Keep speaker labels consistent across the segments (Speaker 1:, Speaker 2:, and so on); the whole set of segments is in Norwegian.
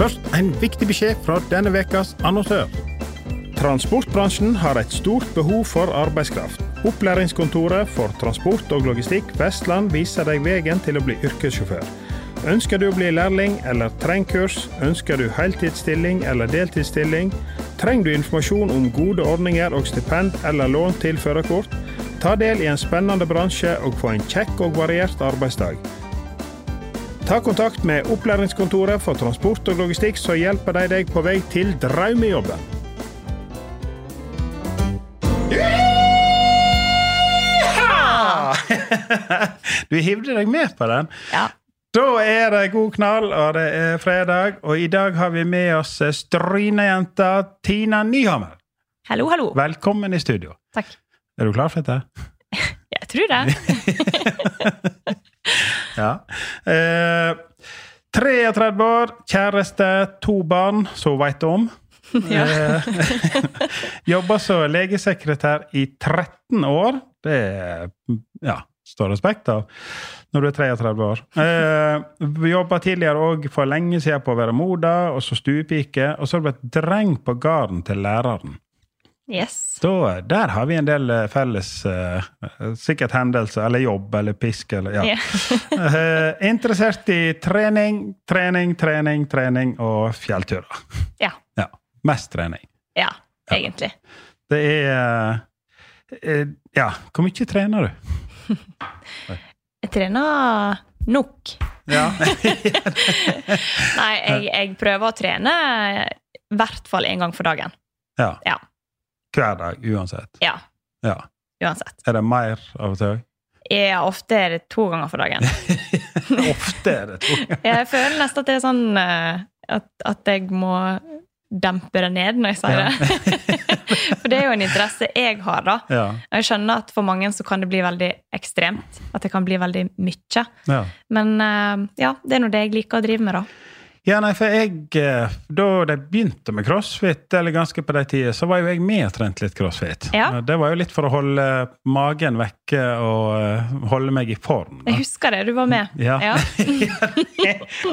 Speaker 1: Først en viktig beskjed fra denne ukas annonsør. Transportbransjen har et stort behov for arbeidskraft. Opplæringskontoret for transport og logistikk Vestland viser deg veien til å bli yrkessjåfør. Ønsker du å bli lærling eller trenger kurs? Ønsker du heltidsstilling eller deltidsstilling? Trenger du informasjon om gode ordninger og stipend eller lån til førerkort? Ta del i en spennende bransje og få en kjekk og variert arbeidsdag. Ta kontakt med opplæringskontoret for transport og logistikk, så hjelper de deg på vei til drømmejobben. Du hivde deg med på den.
Speaker 2: Ja.
Speaker 1: Da er det god knall, og det er fredag. Og i dag har vi med oss strynejenta Tina Nyhammer.
Speaker 3: Hallo, hallo.
Speaker 1: Velkommen i studio.
Speaker 3: Takk.
Speaker 1: Er du klar for dette?
Speaker 3: Jeg tror det.
Speaker 1: Ja. Eh, 33 år, kjæreste, to barn, så veit du om.
Speaker 3: Ja.
Speaker 1: Eh, Jobba som legesekretær i 13 år. Det er ja, står respekt av når du er 33 år. Eh, Jobba tidligere òg for lenge siden på å være moda, og så stuepike. Og så ble jeg dreng på gården til læreren.
Speaker 3: Yes.
Speaker 1: Da, eh, der har vi en del eh, felles eh, Sikkert hendelser, eller jobb, eller pisk, eller ja.
Speaker 3: Ja.
Speaker 1: Eh, interessert i trening, trening, trening, trening og fjellturer.
Speaker 3: Ja.
Speaker 1: Ja. Mest trening.
Speaker 3: Ja, egentlig.
Speaker 1: Det er eh, Ja, hvor mye trener du?
Speaker 3: Jeg trener nok.
Speaker 1: Ja.
Speaker 3: Nei, jeg, jeg prøver å trene i hvert fall én gang for dagen.
Speaker 1: ja.
Speaker 3: Ja.
Speaker 1: Hver dag, uansett.
Speaker 3: Ja,
Speaker 1: Ja.
Speaker 3: uansett.
Speaker 1: Er det mer av og til?
Speaker 3: Ja, ofte er det to ganger for dagen.
Speaker 1: Ofte er det to.
Speaker 3: Jeg føler nesten at det er sånn eh, at, at jeg må dempe det ned når jeg sier det. For det er jo en interesse jeg har, da.
Speaker 1: Ja.
Speaker 3: Og jeg skjønner at for mange så kan det bli veldig ekstremt. At det kan bli veldig mye.
Speaker 1: ja.
Speaker 3: Men eh, ja, det er nå det jeg liker å drive med, da.
Speaker 1: Ja, nei, for jeg eh, Da de begynte med crossfit, eller ganske på de tider, så var jo jeg med og trente litt crossfit.
Speaker 3: Ja.
Speaker 1: Det var jo litt for å holde magen vekke og eh, holde meg i form. da.
Speaker 3: Jeg husker det, du var med.
Speaker 1: Ja.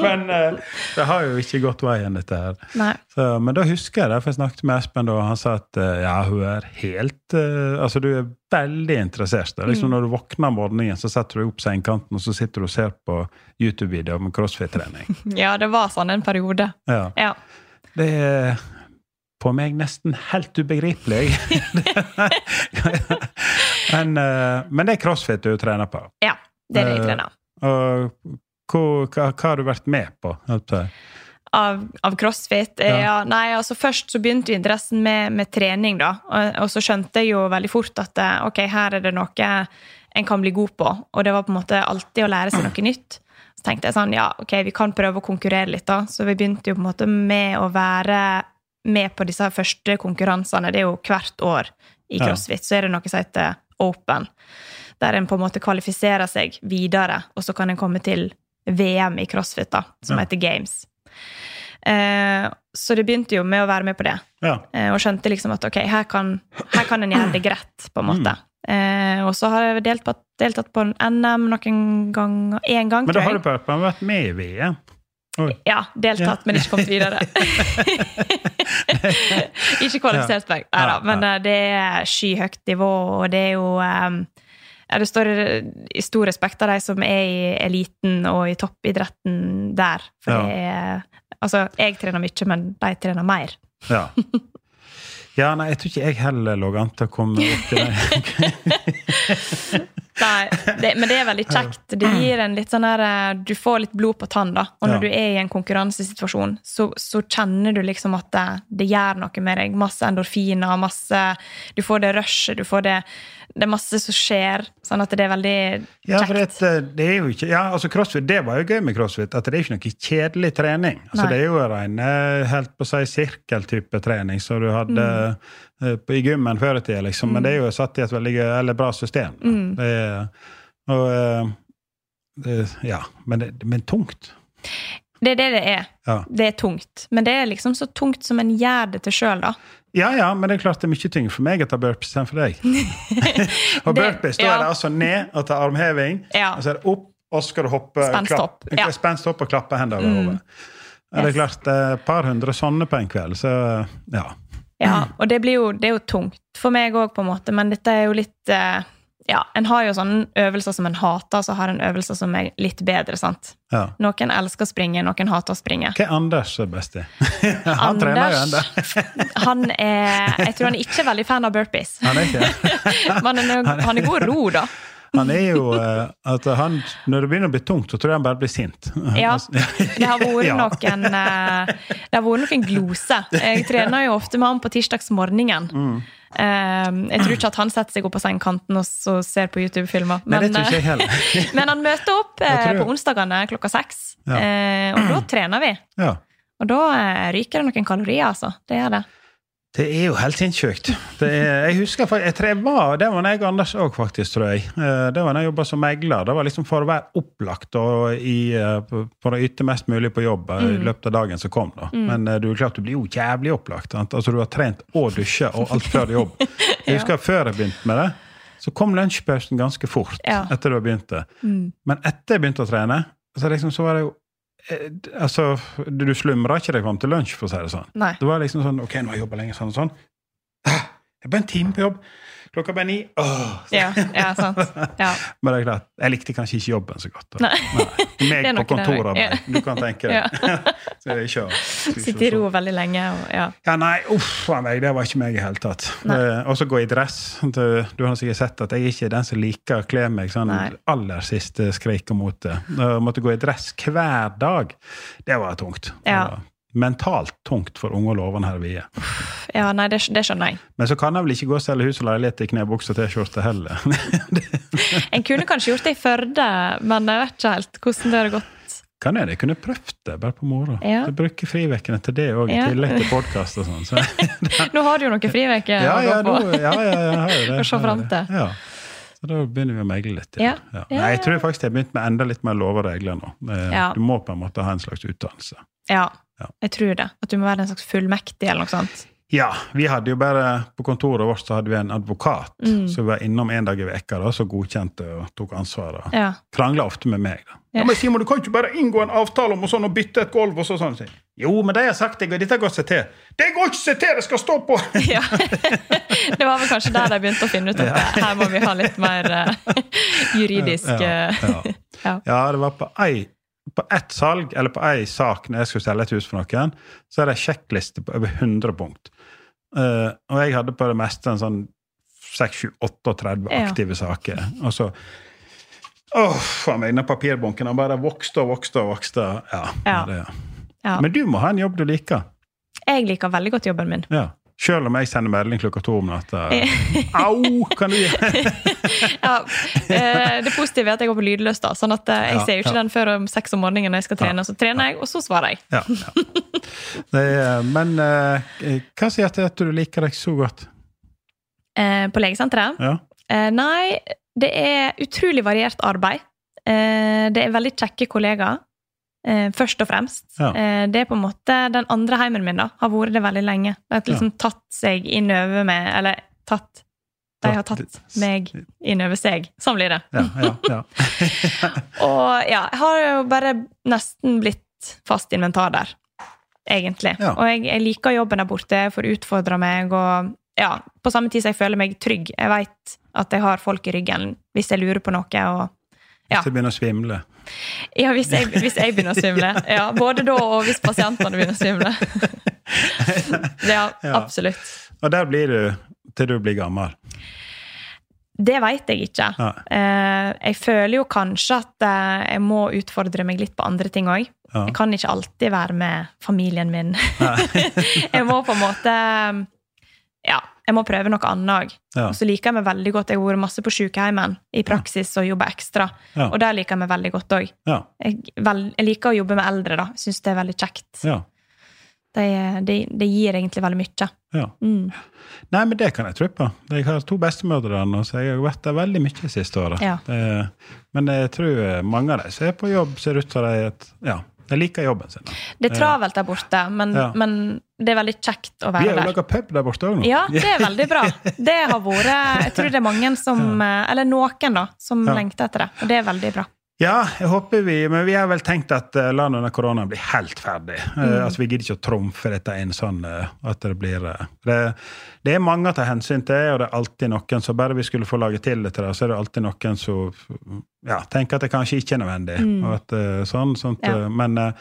Speaker 1: men eh, det har jo ikke gått veien, dette her.
Speaker 3: Nei.
Speaker 1: Så, men da husker jeg det, for jeg snakket med Espen da, og han sa at eh, ja, hun er helt eh, Altså, du er veldig interessert. Det er
Speaker 3: Mm.
Speaker 1: Liksom Når du våkner om morgenen, så setter du deg opp sengekanten, og så sitter du og ser på YouTube-videoer om crossfit-trening.
Speaker 3: ja, det var sånn en periode.
Speaker 1: Ja.
Speaker 3: Ja.
Speaker 1: Det er på meg nesten helt ubegripelig. men, eh, men det er crossfit du trener på.
Speaker 3: ja det er det jeg trener.
Speaker 1: Og hvor- hva, hva har du vært med på? eh, holdt jeg på å si?
Speaker 3: Av, av crossfit. eh,
Speaker 1: Ja.
Speaker 3: Ja. nei, altså Først så begynte jo interessen med, med trening, da. Og, og så skjønte jeg jo veldig fort at eh, ok, her er det noe en kan bli god på. Og det var på en måte alltid å lære seg noe nytt. Så tenkte jeg sånn, ja, ok, vi kan prøve å konkurrere litt, da. Så vi begynte jo på en måte med å være med på disse her første konkurransene. Det er jo hvert år i
Speaker 1: Ja.
Speaker 3: crossfit. Så er det noe som heter Open, der en på en måte kvalifiserer seg videre, og så kan en komme til VM i crossfit, da, som
Speaker 1: Ja.
Speaker 3: heter Games. Eh, så det begynte jo med å være med på det,
Speaker 1: Ja.
Speaker 3: eh, og skjønte liksom at ok, her kan, her kan en gjøre det greit,
Speaker 1: Mm.
Speaker 3: på en måte. Eh, og så har jeg deltatt, deltatt på en NM noen ganger, én gang,
Speaker 1: Men da
Speaker 3: tror
Speaker 1: har du
Speaker 3: jeg.
Speaker 1: på- vært med i VM.
Speaker 3: Ja, deltatt,
Speaker 1: Ja.
Speaker 3: men ikke kommet videre. ikke kvalifisert meg, nei da.
Speaker 1: Ja,
Speaker 3: Men
Speaker 1: nei.
Speaker 3: eh, det er skyhøyt nivå, og det er jo eh, ja, Det står i stor respekt av de som er i eliten og i toppidretten der. For
Speaker 1: Ja.
Speaker 3: det er Altså, jeg trener mye, men de trener mer.
Speaker 1: Ja. Ja, nei, jeg tror ikke jeg heller lå an til å komme opp i det.
Speaker 3: Nei, det, men det er veldig kjekt. Det gir en litt sånn her eh, Du får litt blod på tann, da. Og
Speaker 1: Ja.
Speaker 3: når du er i en konkurransesituasjon, så, så kjenner du liksom at det, det gjør noe med deg. Masse endorfiner, masse Du får det rushet, du får det det er masse som skjer, sånn at det er veldig
Speaker 1: Ja, for eh,
Speaker 3: kjekt.
Speaker 1: det, det er jo ikke, ja, altså crossfit, det var jo gøy med crossfit, at det er ikke noe kjedelig trening. Altså,
Speaker 3: Nei.
Speaker 1: det er jo en eh, helt på å si sirkeltype trening som du hadde eh, på- i gymmen før i tida, liksom. Men det er jo satt i et veldig gøy, eller bra system. da. Det er, og, eh, det, ja, men, det, men tungt.
Speaker 3: Det er det det er.
Speaker 1: Ja.
Speaker 3: Det er tungt. Men det er liksom så tungt som en gjør det til sjøl, da.
Speaker 1: Ja, ja, men det er klart det er mye tyngre for meg å ta burpees enn for deg. og
Speaker 3: Det-
Speaker 1: burpees, da
Speaker 3: ja.
Speaker 1: er det altså ned og ta armheving,
Speaker 3: Ja.
Speaker 1: og så er det opp, og så skal du hoppe
Speaker 3: Spensthopp,
Speaker 1: klapp-
Speaker 3: ja. Mm.
Speaker 1: spensthopp og klappe hendene over hodet. Ja, Det er klart, eh, et par hundre sånne på en kveld, så ja.
Speaker 3: Ja,
Speaker 1: Mm.
Speaker 3: og det, blir jo, det er jo tungt for meg òg, på en måte, men dette er jo litt eh, Ja, en har jo sånne øvelser som en hater, og så har en øvelser som er litt bedre, sant.
Speaker 1: ja.
Speaker 3: Noen elsker å springe, noen hater å springe.
Speaker 1: Hva er Anders best i? Han trener jo ennå.
Speaker 3: han er Jeg tror han er ikke veldig fan av burpees.
Speaker 1: Han er ikke
Speaker 3: Men han er, han er god å ro, da.
Speaker 1: Han er jo eh, at han, Når det begynner å bli tungt, så tror jeg han bare blir sint.
Speaker 3: Ja. Det har vært
Speaker 1: altså, Ja.
Speaker 3: noen eh, Det har vært noen gloser. Jeg trener jo ofte med han på tirsdagsmorgenen.
Speaker 1: Mm.
Speaker 3: Eh, Jeg tror ikke at han setter seg opp på sengekanten og så ser på YouTube-filmer.
Speaker 1: Nei, det
Speaker 3: Men,
Speaker 1: tror ikke jeg
Speaker 3: eh,
Speaker 1: heller.
Speaker 3: men han møter opp eh,
Speaker 1: Jeg tror-
Speaker 3: på onsdagene klokka seks,
Speaker 1: Ja.
Speaker 3: eh, og da trener vi.
Speaker 1: Ja.
Speaker 3: Og da eh, ryker det noen kalorier, altså. Det er det.
Speaker 1: Det er jo helt sinnssykt. Det er, jeg husker fak- jeg tror jeg var, Det var når jeg og Anders òg, faktisk, tror jeg. Eh, Det var når jeg jobba som megler. Det var liksom for å være opplagt og i, eh, på- for å yte mest mulig på jobb eh,
Speaker 3: Mm.
Speaker 1: i løpet av dagen som kom. da. Men eh, du er klart du blir jo jævlig opplagt. Sant? Altså, Du har trent og dusja og alt før jobb. Jeg husker Før jeg begynte med det, så kom lunsjpausen ganske fort.
Speaker 3: Ja.
Speaker 1: etter du har begynt det.
Speaker 3: Mm.
Speaker 1: Men etter jeg begynte å trene, så, liksom, så var det jo eh, d- Altså, du du slumra ikke deg fram til lunsj, for å si det sånn.
Speaker 3: Nei.
Speaker 1: Det var liksom sånn Ok, nå har jeg jobba lenge, sånn og sånn. Ah, Jeg er bare en time på jobb. Klokka bare ni. Åh.
Speaker 3: Ja, ja sant. Ja.
Speaker 1: Men det er klart, jeg likte kanskje ikke jobben så godt. da.
Speaker 3: Nei. Det
Speaker 1: Meg
Speaker 3: er
Speaker 1: på
Speaker 3: nok det, ja.
Speaker 1: kontorarbeid. Du kan tenke deg. så sånn. jeg kjører.
Speaker 3: Sitte i ro veldig lenge. Og, ja.
Speaker 1: Ja, nei, uff a meg, det var ikke meg i hele tatt.
Speaker 3: Nei.
Speaker 1: Eh, Og så gå i dress. Du, du har sikkert sett at jeg ikke er den som liker å kle meg sånn
Speaker 3: Nei.
Speaker 1: aller siste skrik og mote. Eh, Å måtte gå i dress hver dag, det var tungt.
Speaker 3: Ja.
Speaker 1: Det var Mentalt tungt for unge og lovende her vi er.
Speaker 3: ja, nei, det, det skjønner jeg.
Speaker 1: Men så kan jeg vel ikke gå og selge hus og leilighet i knebukse og T-skjorte heller.
Speaker 3: En kunne kanskje gjort det i Førde, men jeg vet ikke helt hvordan det hadde gått.
Speaker 1: kan jeg det? Jeg kunne prøvd det, bare på moro.
Speaker 3: Ja.
Speaker 1: Du bruker frivekkene til det òg, i
Speaker 3: Ja.
Speaker 1: tillegg til podkast og sånn. Så.
Speaker 3: Nå har du jo noen friveker
Speaker 1: Ja, ja,
Speaker 3: å gå
Speaker 1: nå-
Speaker 3: på.
Speaker 1: ja, ja, jeg har jo det.
Speaker 3: Å se
Speaker 1: jeg har
Speaker 3: fram
Speaker 1: jo det.
Speaker 3: til.
Speaker 1: Ja. Så da begynner vi å megle litt. igjen.
Speaker 3: Ja.
Speaker 1: Ja.
Speaker 3: Ja.
Speaker 1: Nei, jeg tror faktisk jeg har begynt med enda litt mer lover og regler nå. Eh,
Speaker 3: Ja.
Speaker 1: Du må på en måte ha en slags utdannelse.
Speaker 3: Ja,
Speaker 1: Ja.
Speaker 3: jeg tror det. At du må være en slags fullmektig eller noe sånt.
Speaker 1: Ja, vi hadde jo bare På kontoret vårt så hadde vi en advokat
Speaker 3: Mm.
Speaker 1: som var innom en dag i veka da, som godkjente og tok ansvaret.
Speaker 3: Ja.
Speaker 1: Krangla ofte med meg. da.
Speaker 3: Ja.
Speaker 1: Ja, men Simon, du kan ikke bare inngå en avtale om å sånn, og bytte et gulv og så sånn. sier jeg. Jo, men de har sagt det, og dette går seg til. Det går ikke seg til! Det skal stå på!
Speaker 3: Ja. Det var vel kanskje der de begynte å finne ut at eh, her må vi ha litt mer eh, juridisk eh,
Speaker 1: Ja, ja.
Speaker 3: ja.
Speaker 1: Ja, det var på ei på ett salg, eller på ei sak når jeg skulle selge et hus for noen, så er det en sjekkliste på over 100 punkt. Eh, og jeg hadde på det meste en sånn 6-7-38
Speaker 3: Ja.
Speaker 1: aktive saker. Og så Åh, faen meg, den papirbunken han bare vokste og vokste og vokste. Ja,
Speaker 3: Ja.
Speaker 1: Det,
Speaker 3: Ja.
Speaker 1: Men du må ha en jobb du liker.
Speaker 3: Jeg liker veldig godt jobben min.
Speaker 1: Ja. Sjøl om jeg sender melding klokka to om natta. Au! Kan du
Speaker 3: Ja, eh, det positive er at jeg går på lydløs, da, sånn at eh, jeg
Speaker 1: Ja,
Speaker 3: ser jo ikke
Speaker 1: ja.
Speaker 3: den før om seks om morgenen når jeg skal trene. Så trener jeg, og så svarer jeg.
Speaker 1: Ja. ja. Det er, men eh, hva sier til at du liker deg så godt?
Speaker 3: Eh, på legesenteret.
Speaker 1: Ja.
Speaker 3: Eh, nei, det er utrolig variert arbeid. Eh, det er veldig kjekke kollegaer, eh, først og fremst.
Speaker 1: Ja.
Speaker 3: Eh, det er på en måte den andre heimen min, da. Har vært det veldig lenge. De har liksom tatt seg inn over med Eller tatt De har
Speaker 1: Tatt-
Speaker 3: tatt meg inn over seg. Sånn blir det.
Speaker 1: Ja, ja, ja.
Speaker 3: Og ja, jeg har jo bare nesten blitt fast inventar der, egentlig.
Speaker 1: Ja.
Speaker 3: Og jeg, jeg liker jobben der borte, jeg får utfordra meg, og ja, på samme tid som jeg føler meg trygg. Jeg veit at jeg har folk i ryggen hvis jeg lurer på noe. og Ja.
Speaker 1: Hvis jeg begynner å svimle.
Speaker 3: ja, hvis jeg, hvis jeg begynner å svimle. Ja, både da og hvis pasientene begynner å svimle. Ja,
Speaker 1: Ja.
Speaker 3: absolutt.
Speaker 1: Og der blir du til du blir gammel.
Speaker 3: Det veit jeg ikke.
Speaker 1: Nei.
Speaker 3: Eh, jeg føler jo kanskje at eh, jeg må utfordre meg litt på andre ting òg.
Speaker 1: Ja.
Speaker 3: Jeg kan ikke alltid være med familien min. jeg må på en måte Ja, jeg må prøve noe annet òg.
Speaker 1: Ja.
Speaker 3: Og så liker jeg meg veldig godt. Jeg har vært masse på sykeheimen i praksis og jobba ekstra.
Speaker 1: Ja.
Speaker 3: Og der liker jeg meg veldig godt òg.
Speaker 1: Ja.
Speaker 3: Jeg, vel- jeg liker å jobbe med eldre, da. Syns det er veldig kjekt.
Speaker 1: ja.
Speaker 3: Det, det, det gir egentlig veldig mye.
Speaker 1: Ja.
Speaker 3: Mm.
Speaker 1: Nei, men det kan jeg tro på. Jeg har to bestemødre, nå, så jeg har vært der veldig mye det siste året.
Speaker 3: Ja.
Speaker 1: Det- Men jeg tror eh, mange av de som er på jobb, ser ut som de at, ja, de liker jobben sin. da.
Speaker 3: Det er travelt der borte, men,
Speaker 1: Ja.
Speaker 3: men det er veldig kjekt
Speaker 1: Vi
Speaker 3: å være
Speaker 1: har jo
Speaker 3: der.
Speaker 1: laga pub der borte òg nå.
Speaker 3: Ja, det er veldig bra. Det har vært Jeg tror det er mange som eh, Eller noen, da, som
Speaker 1: Ja.
Speaker 3: lengter etter det. Og det er veldig bra.
Speaker 1: Ja, jeg håper vi, men vi har vel tenkt at eh, landet under koronaen blir helt ferdig. Eh, altså, vi gidder ikke å trumfe dette inn sånn eh, at det blir eh, det, det er mange å ta hensyn til, og det er alltid noen som bare vi skulle få laget til dette, der, så er det alltid noen som ja, tenker at det kanskje ikke er nødvendig. Og at, eh, sånn, sånt,
Speaker 3: Ja.
Speaker 1: eh, Men eh,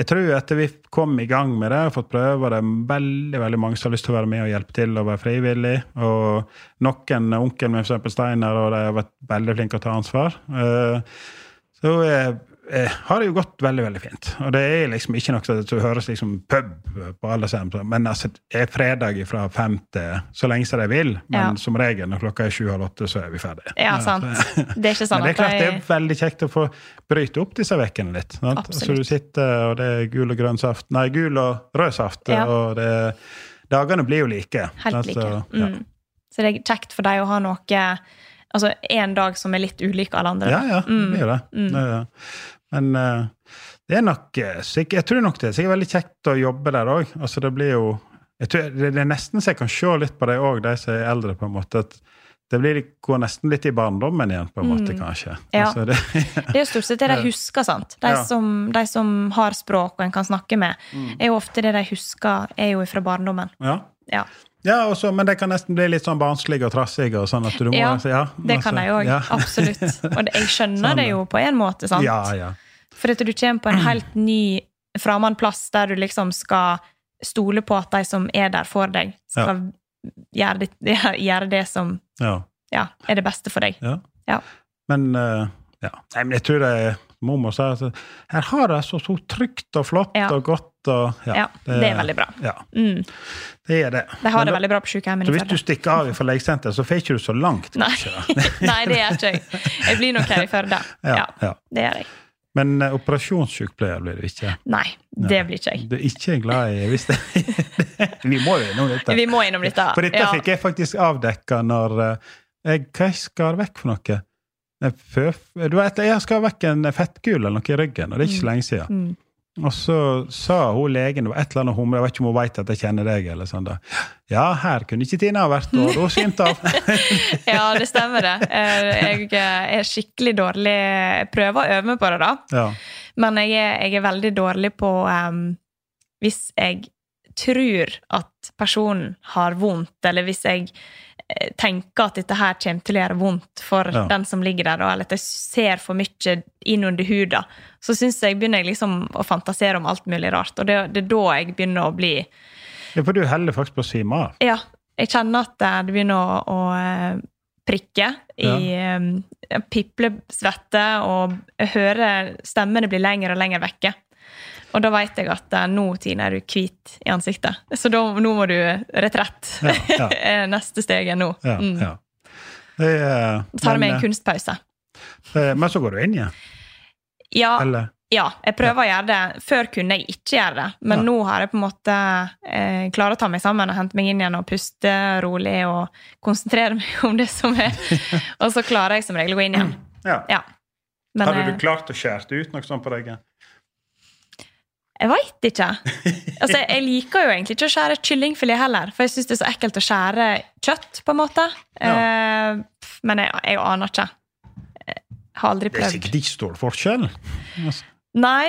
Speaker 1: jeg tror etter vi kom i gang med det og fått prøve, det er veldig veldig mange som har lyst til å være med og hjelpe til og være frivillig. Og noen, onkelen min f.eks. Steiner, og de har vært veldig flinke til å ta ansvar. Eh, så eh, eh, har det jo gått veldig veldig fint. Og det er liksom ikke noe som høres liksom pub på alle sammen, men altså, det er fredag fra fem til så lenge som de vil. Men
Speaker 3: Ja.
Speaker 1: som regel når klokka er sju halv åtte, så er vi ferdige.
Speaker 3: Ja,
Speaker 1: Ja,
Speaker 3: sant. Det er ikke sånn
Speaker 1: Men det er
Speaker 3: at
Speaker 1: klart det er
Speaker 3: jeg
Speaker 1: veldig kjekt å få bryte opp disse ukene litt. Sant? Så
Speaker 3: Absolutt.
Speaker 1: du sitter, og det er gul og grønn saft Nei, gul og rød saft.
Speaker 3: Ja.
Speaker 1: Og det, dagene blir jo like. sant?
Speaker 3: Helt like.
Speaker 1: Så, altså, ja.
Speaker 3: Mm. Så det er kjekt for deg å ha noe Altså en dag som er litt ulik alle andre.
Speaker 1: Ja,
Speaker 3: da.
Speaker 1: ja,
Speaker 3: Mm.
Speaker 1: det gjør det. det, gjør det. Men eh, det er nok eh, sikk- Jeg tror nok det er sikkert veldig kjekt å jobbe der òg. Altså, det blir jo jeg tror, det, det er nesten så jeg kan se litt på det òg, de som er eldre, på en måte. at det blir, går nesten litt i barndommen igjen, på en måte, kanskje.
Speaker 3: Mm. Ja.
Speaker 1: Altså, det,
Speaker 3: Det er jo stort sett det de husker. sant? De,
Speaker 1: Ja. Mm.
Speaker 3: som, de som har språk og en kan snakke med, er jo ofte det de husker, er jo fra barndommen.
Speaker 1: ja.
Speaker 3: Ja.
Speaker 1: Ja, og så- men de kan nesten bli litt sånn barnslige og trassige. og sånn at du må...
Speaker 3: Ja,
Speaker 1: altså, ja,
Speaker 3: Det kan
Speaker 1: altså,
Speaker 3: jeg òg.
Speaker 1: ja.
Speaker 3: Absolutt. Og det, jeg skjønner
Speaker 1: Sånn,
Speaker 3: det jo på en måte, sant?
Speaker 1: Ja, ja.
Speaker 3: For at du kommer på en helt ny fremmed plass der du liksom skal stole på at de som er der for deg, skal gjøre, det, gjøre det som
Speaker 1: ja.
Speaker 3: ja, er det beste for deg.
Speaker 1: Ja.
Speaker 3: Ja.
Speaker 1: Men eh, ja. Nei, men jeg tror det er mormor sa at her har det så, så trygt og flott
Speaker 3: Ja.
Speaker 1: og godt. Og,
Speaker 3: Ja, det er veldig bra.
Speaker 1: Ja,
Speaker 3: Mm.
Speaker 1: det er det.
Speaker 3: De har
Speaker 1: Men
Speaker 3: det
Speaker 1: da-
Speaker 3: veldig bra på sykehjemmet.
Speaker 1: Så
Speaker 3: i
Speaker 1: hvis du
Speaker 3: Førde.
Speaker 1: stikker av fra legesenteret, så får ikke du så langt.
Speaker 3: Nei.
Speaker 1: kanskje, da.
Speaker 3: Nei, det gjør ikke jeg. Jeg blir nok her i Førde.
Speaker 1: Ja,
Speaker 3: Ja,
Speaker 1: ja.
Speaker 3: det gjør jeg.
Speaker 1: Men eh, operasjonssykepleier blir du ikke.
Speaker 3: Nei, det blir ikke jeg.
Speaker 1: Du er ikke glad i hvis det Vi må jo innom dette.
Speaker 3: Vi må innom dette.
Speaker 1: For dette
Speaker 3: Ja.
Speaker 1: fikk jeg faktisk avdekka når eh, jeg, Hva jeg skar vekk for noe? Eh, føf- Du vet, jeg skar vekk en fettkule eller noe i ryggen, og det er ikke så lenge siden.
Speaker 3: Mm.
Speaker 1: Og så sa hun legen det var et eller annet humle, jeg vet ikke om hun vet at jeg kjenner deg. eller sånn da. Ja, her kunne ikke Tina ha vært, og da svimte av.
Speaker 3: Ja, det stemmer det. Eh, Jeg er skikkelig dårlig Jeg prøver å øve meg på det, da.
Speaker 1: Ja,
Speaker 3: Men jeg er, jeg er veldig dårlig på em, Hvis jeg tror at personen har vondt, eller hvis jeg eh, tenker at dette her kommer til å gjøre vondt for
Speaker 1: Ja.
Speaker 3: den som ligger der, da, eller at jeg ser for mye inn under huden, så syns jeg begynner jeg liksom å fantasere om alt mulig rart. Og det, det er da jeg begynner å bli
Speaker 1: Ja, For du heller faktisk på å svime av.
Speaker 3: Ja, jeg kjenner at eh, det begynner å, å eh, prikke i um, em, piplesvette, og jeg hører stemmene bli lenger og lenger vekke. Og da veit jeg at eh, nå, Tine, er du hvit i ansiktet. Så da, nå må du retrett.
Speaker 1: Ja, ja.
Speaker 3: Eh, Neste steg er nå.
Speaker 1: Ja,
Speaker 3: Mm.
Speaker 1: ja. Det, eh,
Speaker 3: Tar det med
Speaker 1: men,
Speaker 3: en kunstpause.
Speaker 1: eh, men så går du inn igjen?
Speaker 3: Ja,
Speaker 1: Eller?
Speaker 3: ja, jeg prøver å gjøre det. Før kunne jeg ikke gjøre det, men
Speaker 1: Ja.
Speaker 3: nå har jeg på en måte eh, klart å ta meg sammen og hente meg inn igjen og puste rolig og konsentrere meg om det som er. og så klarer jeg som regel å gå inn igjen.
Speaker 1: Ja.
Speaker 3: Ja. Men
Speaker 1: Hadde du
Speaker 3: eh,
Speaker 1: klart å skjære ut noe sånt på ryggen?
Speaker 3: jeg veit ikke. Altså, jeg liker jo egentlig ikke å skjære kyllingfilet heller, for jeg syns det er så ekkelt å skjære kjøtt, på en måte. Eh, pff, men jeg, jeg aner ikke. Jeg har aldri
Speaker 1: Det er
Speaker 3: prøvd.
Speaker 1: sikkert ikke stor forskjell. Altså,
Speaker 3: Nei,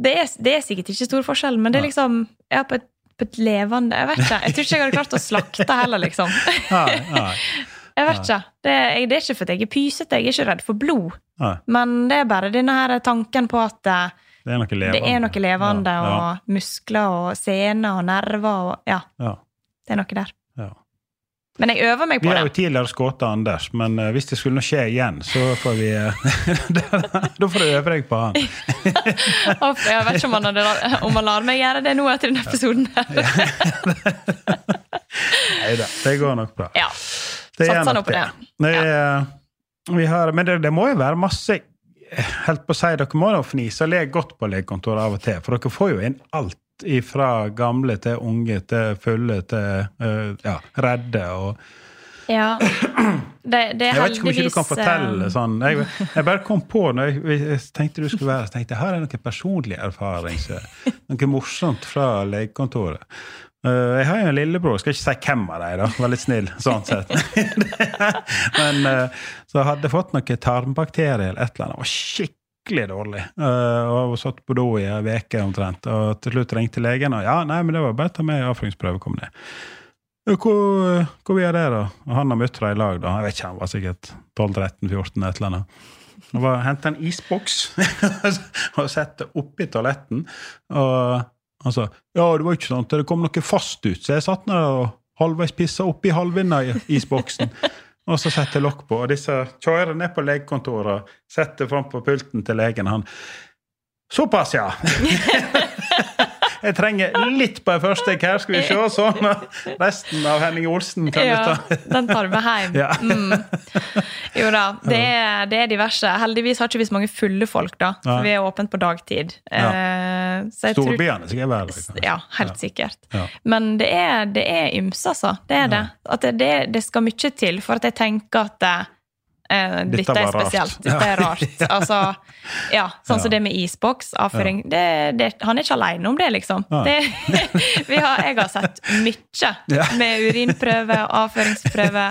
Speaker 3: det er, det er sikkert ikke stor forskjell, men det er liksom ja, på, et, på et levende Jeg vet ikke. Jeg tror ikke jeg hadde klart å slakte heller, liksom.
Speaker 1: Nei, nei,
Speaker 3: Jeg vet ikke. Det, er- jeg, det er ikke fordi jeg er pysete, jeg er ikke redd for blod.
Speaker 1: nei.
Speaker 3: Men det er bare denne her tanken på at eh,
Speaker 1: Det er noe levende.
Speaker 3: det er noe levende,
Speaker 1: Ja, ja,
Speaker 3: og muskler og sener og nerver og Ja,
Speaker 1: ja,
Speaker 3: det er noe der.
Speaker 1: ja.
Speaker 3: Men jeg øver meg
Speaker 1: Vi
Speaker 3: på
Speaker 1: har jo
Speaker 3: det.
Speaker 1: tidligere skutt Anders, men eh, hvis det skulle nå skje igjen, så får vi eh, Da da får du øve deg på han.
Speaker 3: Og Jeg vet ikke om han, hadde, om han lar meg gjøre det nå etter denne episoden. her.
Speaker 1: Nei da, det går nok bra.
Speaker 3: Ja.
Speaker 1: Det gjør nok
Speaker 3: Satser nå på det.
Speaker 1: det er- vi har, men det, det må jo være masse Helt på å si, Dere må jo fnise og le godt på legekontoret av og til, for dere får jo inn alt fra gamle til unge til fulle til eh, ja, redde og
Speaker 3: Ja. Det, det er
Speaker 1: Jeg vet ikke hvor mye du kan
Speaker 3: heldigvis,
Speaker 1: fortelle.
Speaker 3: eh,
Speaker 1: sånn. Jeg, jeg bare kom på når jeg, jeg tenkte du skulle være her, så tenkte jeg, her er noe personlig erfaring. Så, noe morsomt fra legekontoret. Eh, jeg har jo en lillebror. Skal ikke si hvem av dem, da. Vær litt snill. sånn sett. Men eh, så hadde jeg fått noe tarmbakterie eller et eller annet. Det var skikkelig dårlig. Eh, og jeg satt på do i ei uke omtrent. Og til slutt ringte legen, og ja, nei, men det var bare å ta med en avføringsprøve. kom ned. Ja, Hvor, hvor mye er det, da? Og han og muttra i lag, da. Jeg vet ikke, han var sikkert 12-13-14, et eller annet. Og bare hentet en isboks og sette oppi toaletten. Og han sa ja, det var ikke sant, det kom noe fast ut, så jeg satt ned og halvveis pissa oppi halvvinda i isboksen. Og så setter jeg lokk på, og disse kjører ned på legekontoret og setter fram på pulten til legen. Han Såpass, ja! Jeg trenger litt på en førstek her, skal vi se. Sånn. Resten av Henning Olsen kan
Speaker 3: ja,
Speaker 1: vi ta.
Speaker 3: den tar vi med hjem.
Speaker 1: Ja.
Speaker 3: Mm. Jo da, det er, det er diverse. Heldigvis har ikke vi så mange fulle folk, da.
Speaker 1: Nei.
Speaker 3: For vi er åpent på dagtid.
Speaker 1: Ja.
Speaker 3: Eh, så jeg tror-
Speaker 1: Storbyene skal jeg være i.
Speaker 3: Ja, helt sikkert.
Speaker 1: Ja.
Speaker 3: Men det er, det er ymse, altså. Det er det. At det, det. Det skal mye til for at jeg tenker at eh,
Speaker 1: Dette
Speaker 3: dette er
Speaker 1: var rart.
Speaker 3: spesielt. Dette er rart. Altså, ja, sånn som det med isboks, avføring det, det, Han er ikke aleine om det, liksom.
Speaker 1: Nei.
Speaker 3: Det, vi har, jeg har sett mye
Speaker 1: Ja.
Speaker 3: med urinprøve og avføringsprøve.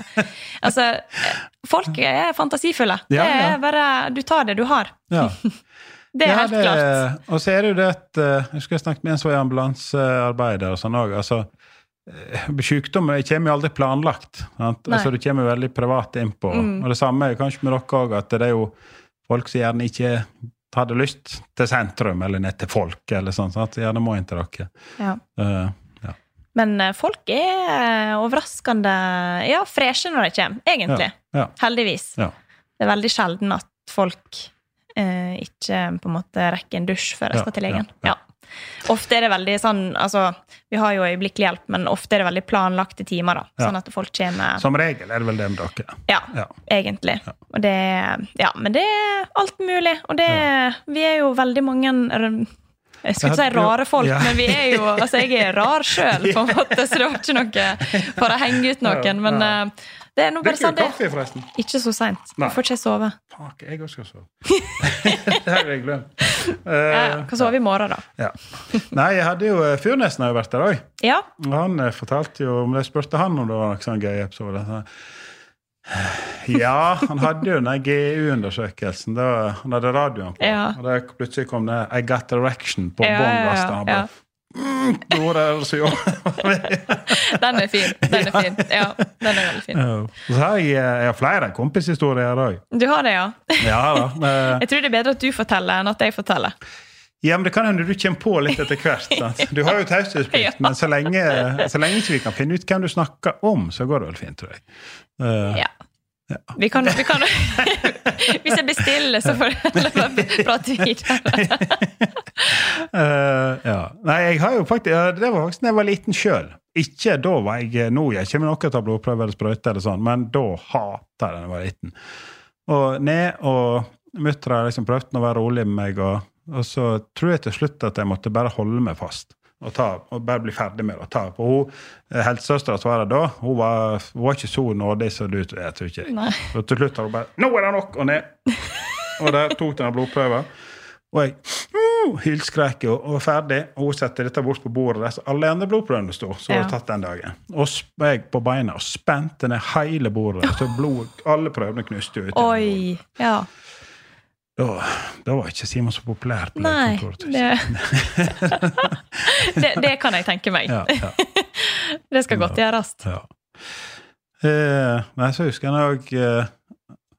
Speaker 3: Altså, eh, folk er fantasifulle. Det
Speaker 1: Ja, ja.
Speaker 3: er bare Du tar det du har.
Speaker 1: Ja.
Speaker 3: Det er
Speaker 1: Ja,
Speaker 3: helt klart.
Speaker 1: Og så er det jo det at eh, Jeg husker jeg snakket med en som var ambulansearbeider og sånn òg. Altså, eh, sykdommer kommer jo aldri planlagt. Sant?
Speaker 3: Nei. Mm.
Speaker 1: Altså, du kommer veldig privat innpå. Og det samme er jo kanskje med dere òg, at det er jo folk som gjerne ikke hadde lyst til sentrum eller ned til folk, eller sånn. Sant? Så Gjerne må inn til dere.
Speaker 3: Ja.
Speaker 1: Eh, ja.
Speaker 3: Men eh, folk er eh, overraskende ja, freshe når de kommer, egentlig.
Speaker 1: Ja.
Speaker 3: Heldigvis.
Speaker 1: Ja.
Speaker 3: Det er veldig sjelden at folk eh, ikke på en måte rekker en dusj før de
Speaker 1: Ja,
Speaker 3: skal til legen.
Speaker 1: ja, ja.
Speaker 3: Ja. Ofte er det veldig sånn altså, Vi har jo øyeblikkelig hjelp, men ofte er det veldig planlagte timer. da,
Speaker 1: Ja.
Speaker 3: Sånn at folk kommer
Speaker 1: Som regel er det vel det med dere.
Speaker 3: ja,
Speaker 1: Ja.
Speaker 3: egentlig. Og det, ja, men det er alt mulig. Og det, vi er jo veldig mange r- jeg skulle ikke
Speaker 1: Ja,
Speaker 3: si rare folk,
Speaker 1: ja.
Speaker 3: men vi er jo, altså jeg er rar sjøl, på en måte, så det var ikke noe for å henge ut noen. Men
Speaker 1: Ja.
Speaker 3: eh, det er nå bare
Speaker 1: Drikker
Speaker 3: sånn
Speaker 1: du
Speaker 3: det
Speaker 1: kaffe, forresten?
Speaker 3: Ikke så seint. Du
Speaker 1: Nei.
Speaker 3: får ikke sove.
Speaker 1: Fuck, jeg også skal sove. det har jeg glemt. Eh,
Speaker 3: Ja, ja. Hva sover vi i morgen, da?
Speaker 1: ja. Nei, jeg hadde jo eh, Fyrnesen har jo vært der òg.
Speaker 3: Ja,
Speaker 1: Og Han eh, fortalte jo om Jeg spurte han om det var noen sånn gøy episode. Så, ja, han hadde jo den der GU-undersøkelsen. da- Han hadde radioen på.
Speaker 3: Ja.
Speaker 1: Og da plutselig kom det 'I got erection' på
Speaker 3: Ja, ja, ja,
Speaker 1: bånn. Han bare
Speaker 3: ja.
Speaker 1: mm, Nå er det så jo.
Speaker 3: den er fin. Den er fin. Ja, den er veldig fin.
Speaker 1: Og Så har jeg, eh, jeg har flere kompishistorier òg.
Speaker 3: Du har det, ja?
Speaker 1: Ja da. eh,
Speaker 3: Jeg tror det er bedre at du forteller enn at jeg forteller.
Speaker 1: Ja, men Det kan hende du kommer på litt etter hvert. sant? Du har jo
Speaker 3: Ja.
Speaker 1: taushetsplikt, men så lenge, så lenge ikke vi kan finne ut hvem du snakker om, så går det vel fint, tror jeg. Eh,
Speaker 3: Ja. Vi kan, vi kan Hvis jeg bestiller, så får jeg prate videre.
Speaker 1: eh, ja. Nei, jeg har jo faktisk, ja, Det var faktisk da jeg var liten sjøl. Ikke da var jeg eh, nå, jeg kommer nok til å ta blodprøve eller sprøyte, eller sånn, men da hata jeg da jeg var liten. Og ned, og muttra liksom prøvde å være rolig med meg, og, og så tror jeg til slutt at jeg måtte bare holde meg fast. Og, ta, og bare bli ferdig med det. og ta. Og hun eh, helsesøstera som var der da, hun var, hun var ikke så nådig som du er, tror ikke jeg.
Speaker 3: Nei.
Speaker 1: Og til slutt har hun bare 'Nå er det nok!' og ned. Og der tok den blodprøven. Og jeg uh, hylskrek jo, og var ferdig. Og hun satte dette bort på bordet der så alle andre blodprøvene sto. Så var det
Speaker 3: Ja.
Speaker 1: tatt den dagen. Og sp- jeg på beina og spente ned hele bordet. Så blod, alle prøvene knuste jo ut. gjennom bordet.
Speaker 3: Oi. Ja.
Speaker 1: Da, da var ikke Simon så populær. på
Speaker 3: Nei.
Speaker 1: legekontoret, tror jeg.
Speaker 3: Det, det, det kan jeg tenke meg.
Speaker 1: Ja, ja,
Speaker 3: Det skal godt gjøres.
Speaker 1: ja. Eh, nei, så husker jeg òg eh,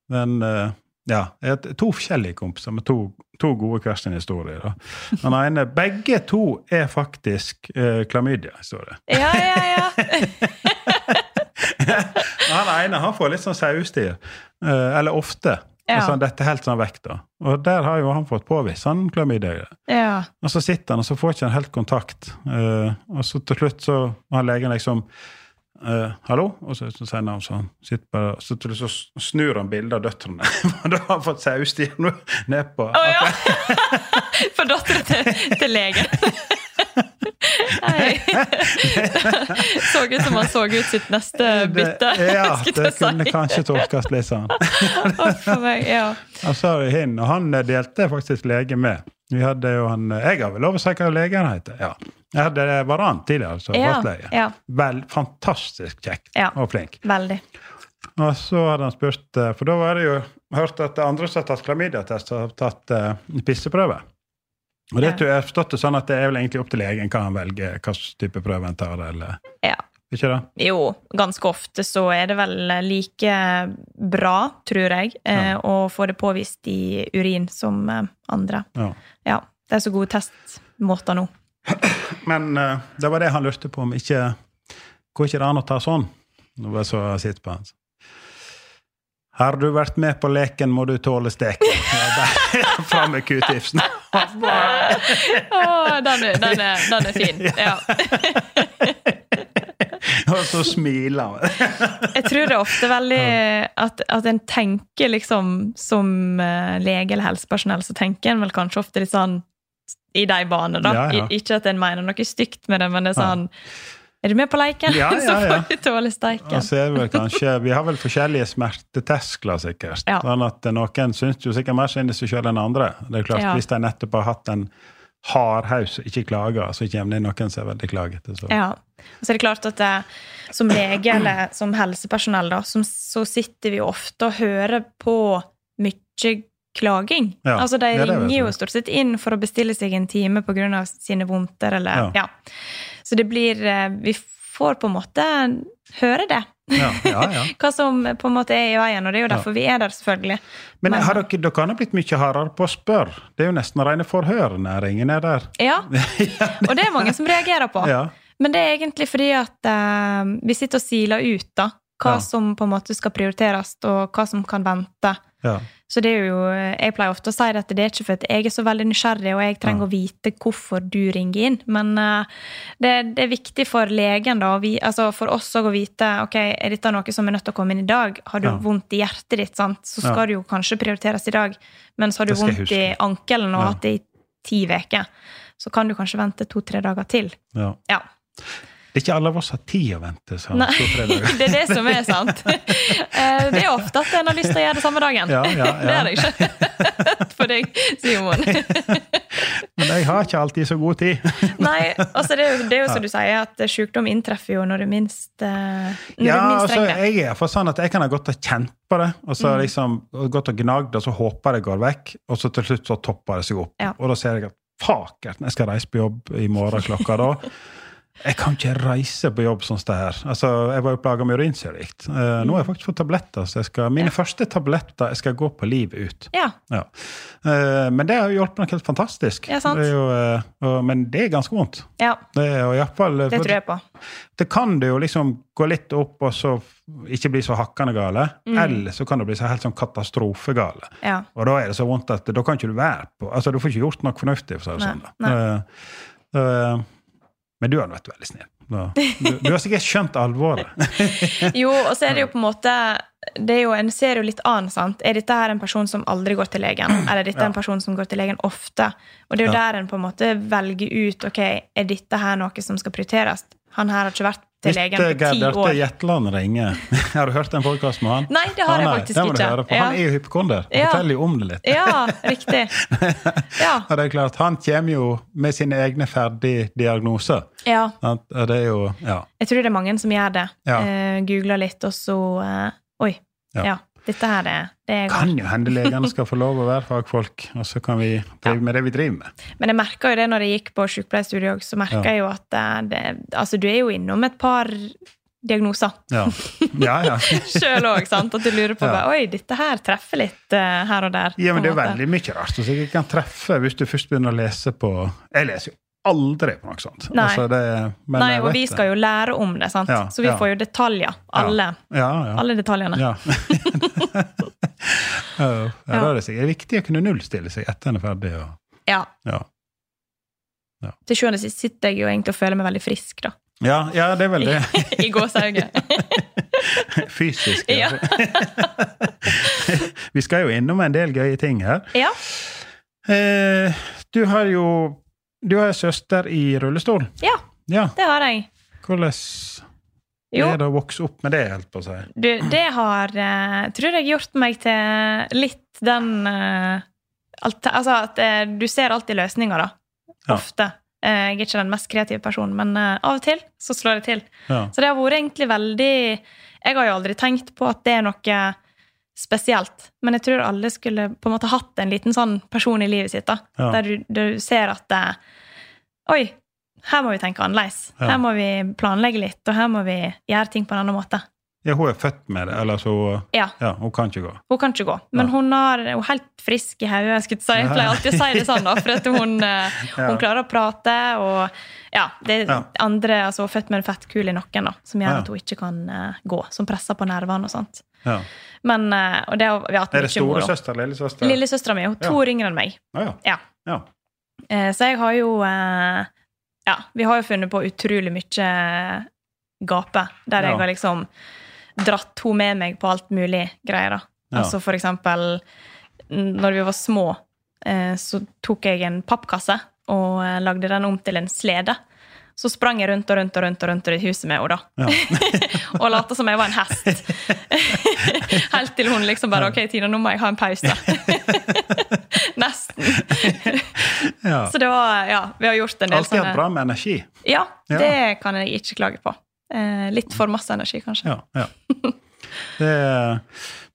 Speaker 1: den eh, Ja, jeg har to forskjellige kompiser med to, to gode hver sin historie. Da. Den ene, begge to er faktisk eh, klamydia-historie.
Speaker 3: Ja, ja, ja.
Speaker 1: Han ene han får litt sånn saustid. eh, eller ofte.
Speaker 3: Ja.
Speaker 1: Altså, dette er helt sånn vekk, da. Og der har jo han fått påvist sånn klamydia.
Speaker 3: ja.
Speaker 1: Og så sitter han, og så får ikke han helt kontakt. Eh, og så til slutt så har legen liksom eh, 'hallo?' Og så, så sender han sånn. Sitter bare, så, til- så snur han bildet av døtrene. Og da har han fått sauestien ned på
Speaker 3: Å ja! For dattera til, til legen. Nei. Så ut som han så ut sitt neste bytte.
Speaker 1: ja,
Speaker 3: skulle
Speaker 1: det
Speaker 3: jeg
Speaker 1: kunne
Speaker 3: si.
Speaker 1: kanskje tolkes litt sånn.
Speaker 3: Uff a meg, ja.
Speaker 1: Og så har vi hin, og han eh, delte jeg faktisk lege med. Vi hadde jo han, eh, Jeg har vel lov å si hva legen heter. Ja. Jeg hadde Varan tidligere, altså.
Speaker 3: Ja,
Speaker 1: fastlege.
Speaker 3: ja.
Speaker 1: Vel, fantastisk kjekk
Speaker 3: Ja.
Speaker 1: og flink.
Speaker 3: Veldig.
Speaker 1: Og så hadde han spurt eh, For da var det jo hørt at det andre som har tatt klamydiatest, har tatt eh, pisseprøve. Og det
Speaker 3: Ja.
Speaker 1: tror jeg jeg har forstått det sånn at det er vel egentlig opp til legen hva han velger, hva slags type prøve han tar. eller
Speaker 3: Ja.
Speaker 1: ikke det?
Speaker 3: Jo, ganske ofte så er det vel like bra, tror jeg, eh, å få det påvist i urin som eh, andre.
Speaker 1: Ja.
Speaker 3: Ja. Det er så gode testmåter nå.
Speaker 1: Men eh, det var det han lurte på om ikke Går ikke det an å ta sånn? Nå var jeg så sitt på han. Har du vært med på leken, må du tåle steken. Jeg bare- Fram med q-tipsen.
Speaker 3: Å, den, er, den, er, den er fin. Ja.
Speaker 1: Og så smiler han.
Speaker 3: Jeg tror det er ofte veldig at, at en tenker liksom Som eh, lege eller helsepersonell så tenker en vel kanskje ofte litt sånn i de banene, da.
Speaker 1: Ja, ja.
Speaker 3: I, ikke at en mener noe stygt med det, men det er
Speaker 1: Ja.
Speaker 3: sånn Er du med på leiken,
Speaker 1: Ja, ja,
Speaker 3: så
Speaker 1: ja. Altså,
Speaker 3: får du tåle
Speaker 1: Og
Speaker 3: steiken.
Speaker 1: så er vi vel kanskje, Vi har vel forskjellige smerteterskler, sikkert.
Speaker 3: Ja.
Speaker 1: Sånn at noen syns jo sikkert mer synd i seg sjøl enn andre. Det er klart,
Speaker 3: Ja.
Speaker 1: Hvis de nettopp har hatt en hard haus og ikke klager, så kommer det noen som er veldig klagete. Så.
Speaker 3: Ja. Og så er det klart at eh, som lege eller som helsepersonell, da, som, så sitter vi jo ofte og hører på mye klaging.
Speaker 1: Ja,
Speaker 3: altså, de
Speaker 1: ja, det vet
Speaker 3: ringer
Speaker 1: jeg.
Speaker 3: jo stort sett inn for å bestille seg en time pga. sine vondter eller
Speaker 1: Ja.
Speaker 3: ja. Så det blir eh, Vi får på en måte høre det.
Speaker 1: Ja, ja, ja.
Speaker 3: Hva som på en måte er i veien, og det er jo derfor vi er der, selvfølgelig.
Speaker 1: Men
Speaker 3: Men-
Speaker 1: har dere, dere har blitt mye hardere på å spørre. Det er jo nesten rene forhørnæringen er der.
Speaker 3: Ja, Og det er mange som reagerer på.
Speaker 1: Ja.
Speaker 3: Men det er egentlig fordi at eh, vi sitter og siler ut da, hva
Speaker 1: Ja.
Speaker 3: som på en måte skal prioriteres, og hva som kan vente.
Speaker 1: Ja.
Speaker 3: Så det er jo, Jeg pleier ofte å si det at det er ikke fordi jeg er så veldig nysgjerrig, og jeg trenger å vite hvorfor du ringer inn. Men eh, det, det er viktig for legen da, og vi, altså for oss også å vite ok, er dette noe som er nødt til å komme inn i dag. Har du
Speaker 1: Ja.
Speaker 3: vondt i hjertet ditt, sant? så
Speaker 1: Ja.
Speaker 3: skal det jo kanskje prioriteres i dag. Men så har du
Speaker 1: Det skal jeg
Speaker 3: vondt i
Speaker 1: huske.
Speaker 3: ankelen og
Speaker 1: Ja.
Speaker 3: hatt det i ti uker, så kan du kanskje vente to-tre dager til.
Speaker 1: Ja.
Speaker 3: Ja.
Speaker 1: Det er ikke alle av oss har tid å vente. Så,
Speaker 3: Nei,
Speaker 1: så fredag.
Speaker 3: det er det som er sant. Eh, Det er ofte at en har lyst til å gjøre det samme dagen.
Speaker 1: Ja, ja, ja.
Speaker 3: Det er det ikke for deg, Simon.
Speaker 1: Men jeg har ikke alltid så god tid.
Speaker 3: Nei, altså det er jo, det er jo som du sier, at sykdom inntreffer jo når du minst, eh, når
Speaker 1: Ja,
Speaker 3: du minst
Speaker 1: altså,
Speaker 3: trenger det.
Speaker 1: jeg er for sånn at jeg kan ha godt ha kjent på det, og så
Speaker 3: Mm.
Speaker 1: liksom og gått og gnagd, og så håper jeg det går vekk, og så til slutt så topper det seg opp.
Speaker 3: Ja.
Speaker 1: Og da ser jeg at fakerten, jeg skal reise på jobb i morgen klokka da. Jeg kan ikke reise på jobb sånn som det her. Altså, Jeg var jo plaga med urinsyregikt. Eh, Nå
Speaker 3: Mm.
Speaker 1: har jeg faktisk fått tabletter. så jeg skal, Mine første tabletter jeg skal gå på livet ut.
Speaker 3: Ja,
Speaker 1: Ja. Eh, Men det har jo hjulpet meg helt fantastisk.
Speaker 3: Ja, sant.
Speaker 1: Det er jo, eh, og- men det er ganske vondt.
Speaker 3: ja,
Speaker 1: Det, er jo i hvert fall, eh,
Speaker 3: det tror jeg på.
Speaker 1: det kan det jo liksom gå litt opp og så f- ikke bli så hakkende gale. Eller så kan det bli så helt sånn katastrofegale.
Speaker 3: Mm. Ja.
Speaker 1: Og da er det så vondt at da kan ikke du være på altså Du får ikke gjort noe fornuftig. for å si det
Speaker 3: Nei,
Speaker 1: sånn. da. Eh, eh, men du har vært veldig snill. Da. Du, du har sikkert skjønt alvoret.
Speaker 3: Jo, og så er det jo på en måte det er jo, En ser jo litt an. sant? Er dette her en person som aldri går til legen? Eller er dette en person som går til legen ofte? Og det er jo
Speaker 1: Ja.
Speaker 3: der en på en måte velger ut ok, er dette her noe som skal prioriteres. Han her har ikke vært til
Speaker 1: Hvis
Speaker 3: legen
Speaker 1: eh,
Speaker 3: på
Speaker 1: Geir
Speaker 3: ti
Speaker 1: Bjarte
Speaker 3: år.
Speaker 1: Jetland ringer Har du hørt den podkasten med han?
Speaker 3: Nei, det har
Speaker 1: Ah,
Speaker 3: jeg
Speaker 1: nei,
Speaker 3: faktisk
Speaker 1: den må du
Speaker 3: ikke.
Speaker 1: høre på. Han
Speaker 3: Ja.
Speaker 1: er jo hypokonder.
Speaker 3: Ja.
Speaker 1: Fortell jo om det litt.
Speaker 3: Ja, riktig. Ja.
Speaker 1: Og det er klart, Han kommer jo med sine egne ferdige diagnoser.
Speaker 3: ja.
Speaker 1: Sant? Og Det er jo, ja.
Speaker 3: Jeg tror det er mange som gjør det.
Speaker 1: Ja.
Speaker 3: Eh, Googler litt, og så eh, Oi.
Speaker 1: Ja.
Speaker 3: Ja. Dette her er, det er
Speaker 1: kan jo hende legene skal få lov å være fagfolk, og så kan vi drive med det vi driver med.
Speaker 3: Men jeg merka jo det når jeg gikk på sykepleierstudiet òg, så merka
Speaker 1: Ja.
Speaker 3: jeg jo at eh, det, altså, du er jo innom et par diagnoser
Speaker 1: Ja, ja. ja.
Speaker 3: sjøl òg, sant? At du lurer på
Speaker 1: Ja.
Speaker 3: bare, Oi, dette her treffer litt eh, her og der.
Speaker 1: ja men
Speaker 3: på
Speaker 1: det er jo
Speaker 3: en måte.
Speaker 1: veldig mye rart som sikkert kan treffe hvis du først begynner å lese på Jeg leser jo aldri på noe sånt. Altså,
Speaker 3: Nei.
Speaker 1: det, men
Speaker 3: Nei,
Speaker 1: jeg
Speaker 3: og
Speaker 1: vet
Speaker 3: vi
Speaker 1: det.
Speaker 3: skal jo lære om det, sant?
Speaker 1: Ja,
Speaker 3: så vi
Speaker 1: ja.
Speaker 3: får jo detaljer. Alle,
Speaker 1: Ja, ja.
Speaker 3: alle detaljene.
Speaker 1: Ja. ja, da er det sikkert viktig å kunne nullstille seg etter en er ferdig. Og,
Speaker 3: Ja.
Speaker 1: ja.
Speaker 3: Til sjuende og sist sitter jeg jo egentlig og føler meg veldig frisk, da.
Speaker 1: Ja, ja, det er vel det.
Speaker 3: I gåsehauget.
Speaker 1: Fysisk.
Speaker 3: ja.
Speaker 1: Ja. Vi skal jo innom en del gøye ting her.
Speaker 3: ja.
Speaker 1: Eh, du har jo Du har en søster i rullestol.
Speaker 3: Ja,
Speaker 1: Ja.
Speaker 3: det har jeg.
Speaker 1: Hvordan
Speaker 3: Jo,
Speaker 1: er det å vokse opp med det, holdt på å si?
Speaker 3: du, det har eh, Tror jeg gjort meg til litt den eh, alt, Altså at eh, du ser alltid løsninger, da.
Speaker 1: Ja.
Speaker 3: Ofte. Eh, jeg er ikke den mest kreative personen, men eh, av og til så slår det til.
Speaker 1: Ja.
Speaker 3: Så det har vært egentlig veldig Jeg har jo aldri tenkt på at det er noe spesielt. Men jeg tror alle skulle på en måte hatt en liten sånn person i livet sitt, da.
Speaker 1: Ja.
Speaker 3: Der, du, der du ser at eh, Oi, her må vi tenke annerledes.
Speaker 1: Ja.
Speaker 3: Her må vi planlegge litt, og her må vi gjøre ting på en annen måte.
Speaker 1: Ja, hun er født med det, eller så
Speaker 3: Ja,
Speaker 1: Ja, hun kan ikke gå.
Speaker 3: Hun kan ikke gå, men
Speaker 1: Ja.
Speaker 3: hun, har, hun er helt frisk i hodet. Jeg skulle si. Jeg pleier alltid å si det sånn, da, for at hun, eh,
Speaker 1: Ja.
Speaker 3: hun klarer å prate. og ja, det er
Speaker 1: Ja.
Speaker 3: andre, altså Hun er født med en fettkule i nakken da, som
Speaker 1: Ja.
Speaker 3: gjør at hun ikke kan eh, gå. Som presser på nervene og sånt.
Speaker 1: Ja.
Speaker 3: Men, eh, og det, har vi hatt
Speaker 1: Er det
Speaker 3: mye moro.
Speaker 1: storesøster eller lillesøster?
Speaker 3: Lillesøstera mi hun er to
Speaker 1: Ja.
Speaker 3: år yngre enn meg.
Speaker 1: Ah, ja.
Speaker 3: Ja.
Speaker 1: Ja.
Speaker 3: Eh, Så jeg har jo eh, Ja, vi har jo funnet på utrolig mye gape. Der
Speaker 1: Ja.
Speaker 3: jeg har liksom dratt henne med meg på alt mulig greier. da.
Speaker 1: Ja.
Speaker 3: Altså for eksempel n- Når vi var små, eh, så tok jeg en pappkasse og eh, lagde den om til en slede. Så sprang jeg rundt og rundt og rundt og rundt i huset med henne, da. og lot som jeg var en hest. Helt til hun liksom bare Ok, Tina, nå må jeg ha en pause. Nesten.
Speaker 1: ja.
Speaker 3: Så sånn det var, ja, vi har gjort en del
Speaker 1: Alltid hatt
Speaker 3: sånne
Speaker 1: bra med energi.
Speaker 3: Ja,
Speaker 1: Ja.
Speaker 3: det kan jeg ikke klage på. Eh, litt for masse energi, kanskje.
Speaker 1: Ja, ja. Det,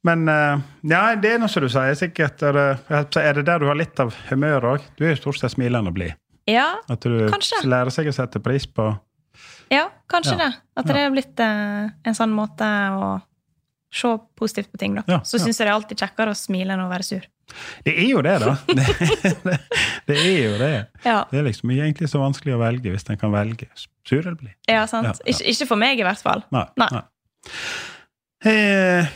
Speaker 1: men eh, ja, det er noe som du sier. sikkert Er det, jeg holdt på å si, er det der du har litt av humøret òg? Du er jo stort sett smilende og blid.
Speaker 3: Ja,
Speaker 1: At du
Speaker 3: Kanskje.
Speaker 1: lærer seg å sette pris på
Speaker 3: ja kanskje
Speaker 1: Ja.
Speaker 3: det. At det er blitt eh, en sånn måte å se positivt på ting, da.
Speaker 1: Ja,
Speaker 3: Så
Speaker 1: ja.
Speaker 3: syns jeg det er alltid kjekkere å smile enn å være sur.
Speaker 1: Det er jo det, da! Det, det, det er jo det.
Speaker 3: Ja,
Speaker 1: Det er liksom egentlig så vanskelig å velge hvis en kan velge sur eller blid.
Speaker 3: ja sant?
Speaker 1: Ja, ja.
Speaker 3: Ikke, ikke for meg, i hvert fall.
Speaker 1: Nei.
Speaker 3: Nei.
Speaker 1: Eh,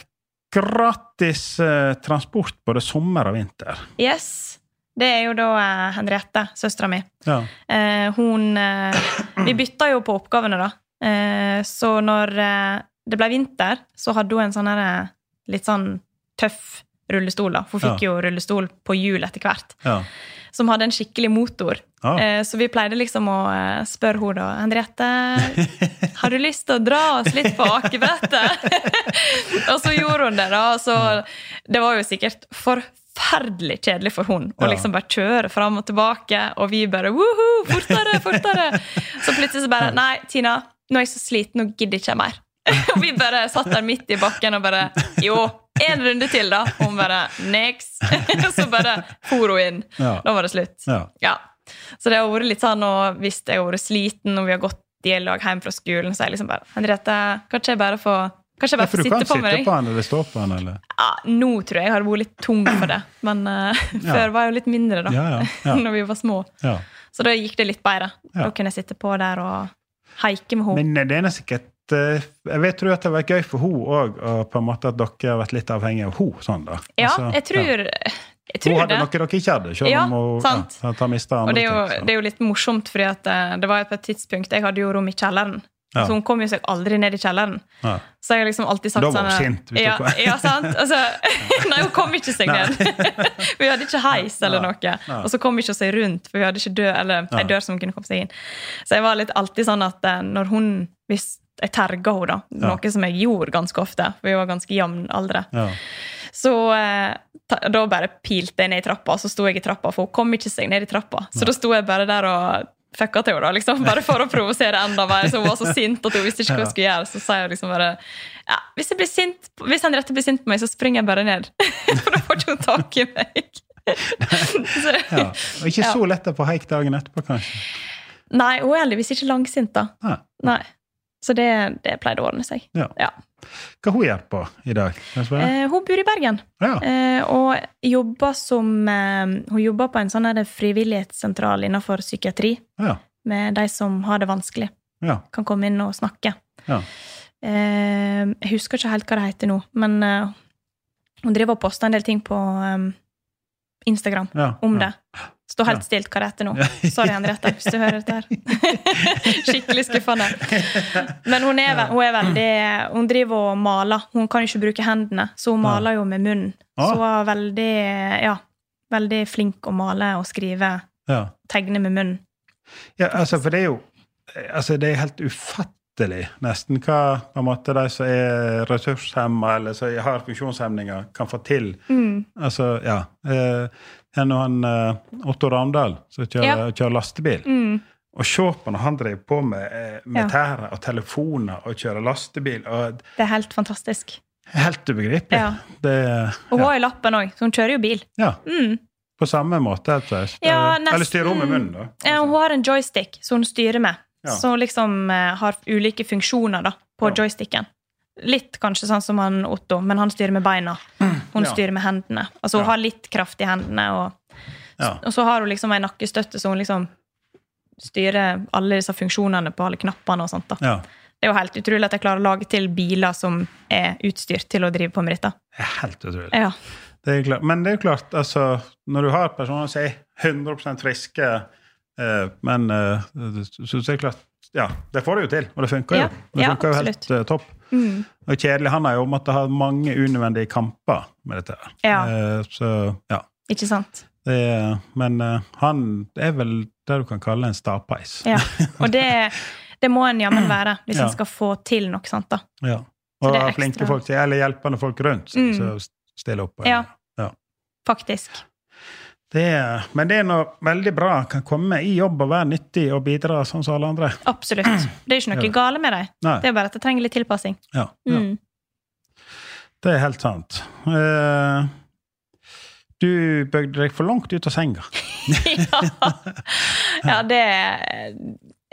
Speaker 1: gratis eh, transport både sommer og vinter.
Speaker 3: Yes. Det er jo da eh, Henriette, søstera mi.
Speaker 1: Ja.
Speaker 3: Eh, hun eh, Vi bytta jo på oppgavene, da. Eh, så når eh, det ble vinter, så hadde hun en sånn her, eh, litt sånn tøff rullestol. da. For Hun fikk
Speaker 1: Ja.
Speaker 3: jo rullestol på hjul etter hvert,
Speaker 1: ja.
Speaker 3: som hadde en skikkelig motor.
Speaker 1: ja.
Speaker 3: Eh, så vi pleide liksom å eh, spørre henne da Henriette, har du lyst til å dra oss litt på akebrettet? og så gjorde hun det, da. og Så det var jo sikkert forferdelig kjedelig for hun å
Speaker 1: Ja.
Speaker 3: liksom bare kjøre fram og tilbake, og vi bare woho, fortere, fortere! Så plutselig så bare Nei, Tina, nå er jeg så sliten, nå gidder ikke jeg mer. og vi bare satt der midt i bakken og bare Jo, en runde til, da. Og hun bare Niks. Og så bare for hun inn.
Speaker 1: Ja.
Speaker 3: Da var det slutt.
Speaker 1: ja.
Speaker 3: Ja. Så det har vært litt sånn, og hvis jeg har vært sliten, og vi har gått i lag hjem fra skolen, så er jeg liksom bare Henriette, kanskje jeg bare får Kanskje
Speaker 1: Ja,
Speaker 3: jeg bare
Speaker 1: For du
Speaker 3: får
Speaker 1: kan
Speaker 3: sitte på
Speaker 1: sitte
Speaker 3: med deg?
Speaker 1: på den eller stå på den, eller?
Speaker 3: Ja, nå tror jeg jeg har vært litt tung for det. Men eh, før var jeg jo litt mindre, da.
Speaker 1: Ja, ja, ja.
Speaker 3: Når vi var små.
Speaker 1: Ja.
Speaker 3: Så da gikk det litt bedre.
Speaker 1: Ja.
Speaker 3: Da kunne jeg sitte på der og haike med henne.
Speaker 1: Men det er nå sikkert eh, Jeg vet tror at det har vært gøy for hun òg, og på en måte at dere har vært litt avhengige av hun, sånn da.
Speaker 3: Ja,
Speaker 1: Altså,
Speaker 3: jeg tror, jeg tror
Speaker 1: Hun hadde
Speaker 3: det.
Speaker 1: noe dere ikke hadde, selv
Speaker 3: Ja,
Speaker 1: om hun
Speaker 3: sant.
Speaker 1: ja, har mistet
Speaker 3: Og
Speaker 1: andre
Speaker 3: det er, jo,
Speaker 1: ting. så.
Speaker 3: det er jo litt morsomt, fordi at eh, det var jo på et tidspunkt Jeg hadde jo rom i kjelleren,
Speaker 1: Ja.
Speaker 3: så hun kom jo seg aldri ned i kjelleren.
Speaker 1: Ja.
Speaker 3: Så jeg har liksom alltid sagt
Speaker 1: Da var
Speaker 3: sånn
Speaker 1: hun sint, hvis
Speaker 3: ja,
Speaker 1: hun kom.
Speaker 3: ja, sant? Altså, nei, hun kom ikke seg
Speaker 1: Nei.
Speaker 3: ned. vi hadde ikke heis eller
Speaker 1: Nei.
Speaker 3: noe.
Speaker 1: Nei.
Speaker 3: Og så kom ikke hun seg rundt, for vi hadde ikke dør, eller,
Speaker 1: Nei.
Speaker 3: en dør som kunne komme seg inn. Så jeg var litt alltid sånn at eh, når hun Hvis jeg terga henne, da,
Speaker 1: Ja.
Speaker 3: noe som jeg gjorde ganske ofte, for vi var ganske jevnaldre,
Speaker 1: Ja.
Speaker 3: så eh, ta, da bare pilte jeg ned i trappa, og så sto jeg i trappa, for hun kom ikke seg ned i trappa. Så da sto jeg bare der og fucka til henne, da, liksom, bare for å provosere enda mer. Så hun var så sint at hun visste ikke hva hun skulle gjøre. Så sa jeg liksom bare ja, hvis, jeg blir sint, hvis Henriette blir sint på meg, så springer jeg bare ned. For da får ikke hun tak i meg. så,
Speaker 1: Ja. Og ikke
Speaker 3: Ja.
Speaker 1: så lett å få haik dagen etterpå, kanskje.
Speaker 3: Nei, hun er heldigvis ikke langsint, da.
Speaker 1: Nei.
Speaker 3: Nei. Så det, det pleide å ordne seg.
Speaker 1: Ja.
Speaker 3: Ja.
Speaker 1: Hva hun gjør på i dag? Kan jeg spørre?
Speaker 3: Eh, hun bor i Bergen.
Speaker 1: Ja.
Speaker 3: Eh, og jobber som eh, Hun jobber på en sånn her frivillighetssentral innenfor psykiatri
Speaker 1: Ja.
Speaker 3: med de som har det vanskelig.
Speaker 1: Ja.
Speaker 3: Kan komme inn og snakke.
Speaker 1: Ja.
Speaker 3: Eh, jeg husker ikke helt hva det heter nå, men eh, hun driver og poster en del ting på eh, Instagram
Speaker 1: Ja.
Speaker 3: om
Speaker 1: ja.
Speaker 3: det. Stå helt stilt hva det heter nå. Sorry, Henriette, hvis du hører dette her. Skikkelig skuffende. Men hun er, ve- hun er veldig Hun driver og maler. Hun kan jo ikke bruke hendene, så hun maler jo med munnen.
Speaker 1: Ah.
Speaker 3: Så hun er veldig, ja, veldig flink å male og skrive.
Speaker 1: Ja.
Speaker 3: Tegne med munnen.
Speaker 1: Ja, altså, for det er jo altså, det er helt ufattelig, nesten, hva på en måte, de som er ressurshemma eller som har funksjonshemninger, kan få til.
Speaker 3: Mm.
Speaker 1: Altså, ja. Eh, en og han eh, Otto Ravndal som kjører,
Speaker 3: Ja. Mm.
Speaker 1: kjører lastebil. Og se på når han driver på med, eh, med
Speaker 3: Ja.
Speaker 1: tærer og telefoner og kjører lastebil. og
Speaker 3: Det er helt fantastisk.
Speaker 1: Helt ubegripelig.
Speaker 3: Ja.
Speaker 1: Det,
Speaker 3: Og hun
Speaker 1: ja.
Speaker 3: har jo lappen òg, så hun kjører jo bil.
Speaker 1: ja.
Speaker 3: Mm.
Speaker 1: På samme måte, helt seriøst.
Speaker 3: Ja,
Speaker 1: Eller- Eller styrer hun med
Speaker 3: nesten.
Speaker 1: munnen, da.
Speaker 3: Ja, Eh, hun har en joystick som hun styrer med.
Speaker 1: Altså. Ja.
Speaker 3: Så hun liksom eh, har ulike funksjoner da, på
Speaker 1: Ja.
Speaker 3: joysticken. Litt kanskje sånn som han Otto, men han styrer med beina. Hun
Speaker 1: Mm. Ja.
Speaker 3: styrer med hendene. Altså hun
Speaker 1: Ja.
Speaker 3: har litt kraft i hendene, og,
Speaker 1: Ja.
Speaker 3: og så har hun liksom ei nakkestøtte, så hun liksom styrer alle disse funksjonene på alle knappene og sånt. da.
Speaker 1: Ja.
Speaker 3: Det er jo helt utrolig at jeg klarer å lage til biler som er utstyrt til å drive på med dette.
Speaker 1: Det er Helt utrolig.
Speaker 3: Ja.
Speaker 1: Det er klart. Men det er jo klart, altså, når du har personer som er 100 friske, eh, men eh, så så er det klart Ja, det får du jo til, og det funker
Speaker 3: Ja,
Speaker 1: jo. Det
Speaker 3: ja,
Speaker 1: funker jo helt
Speaker 3: absolutt. Mm.
Speaker 1: eh, topp. Og kjedelig. Han har jo måttet ha mange unødvendige kamper med dette. her.
Speaker 3: Ja.
Speaker 1: Eh, så ja.
Speaker 3: Ikke sant?
Speaker 1: Det er, men eh, han er vel det du kan kalle en stapeis.
Speaker 3: Ja. Og det, det må en jammen være hvis
Speaker 1: Ja.
Speaker 3: en skal få til noe sånt. da.
Speaker 1: Ja.
Speaker 3: Så
Speaker 1: Og
Speaker 3: det er
Speaker 1: har flinke
Speaker 3: ekstra-
Speaker 1: folk til, eller hjelpende folk rundt som
Speaker 3: Mm.
Speaker 1: som stiller opp.
Speaker 3: Ja.
Speaker 1: Ja.
Speaker 3: Faktisk.
Speaker 1: Det er, men det er noe veldig bra. Kan komme i jobb og være nyttig og bidra sånn som alle andre.
Speaker 3: Absolutt. Det er ikke noe
Speaker 1: Ja.
Speaker 3: gale med dem.
Speaker 1: Nei.
Speaker 3: Det er bare at det trenger litt tilpassing.
Speaker 1: Ja, ja.
Speaker 3: Mm.
Speaker 1: Det er helt sant. Eh, du bøgde deg for langt ut av senga.
Speaker 3: Ja. ja, det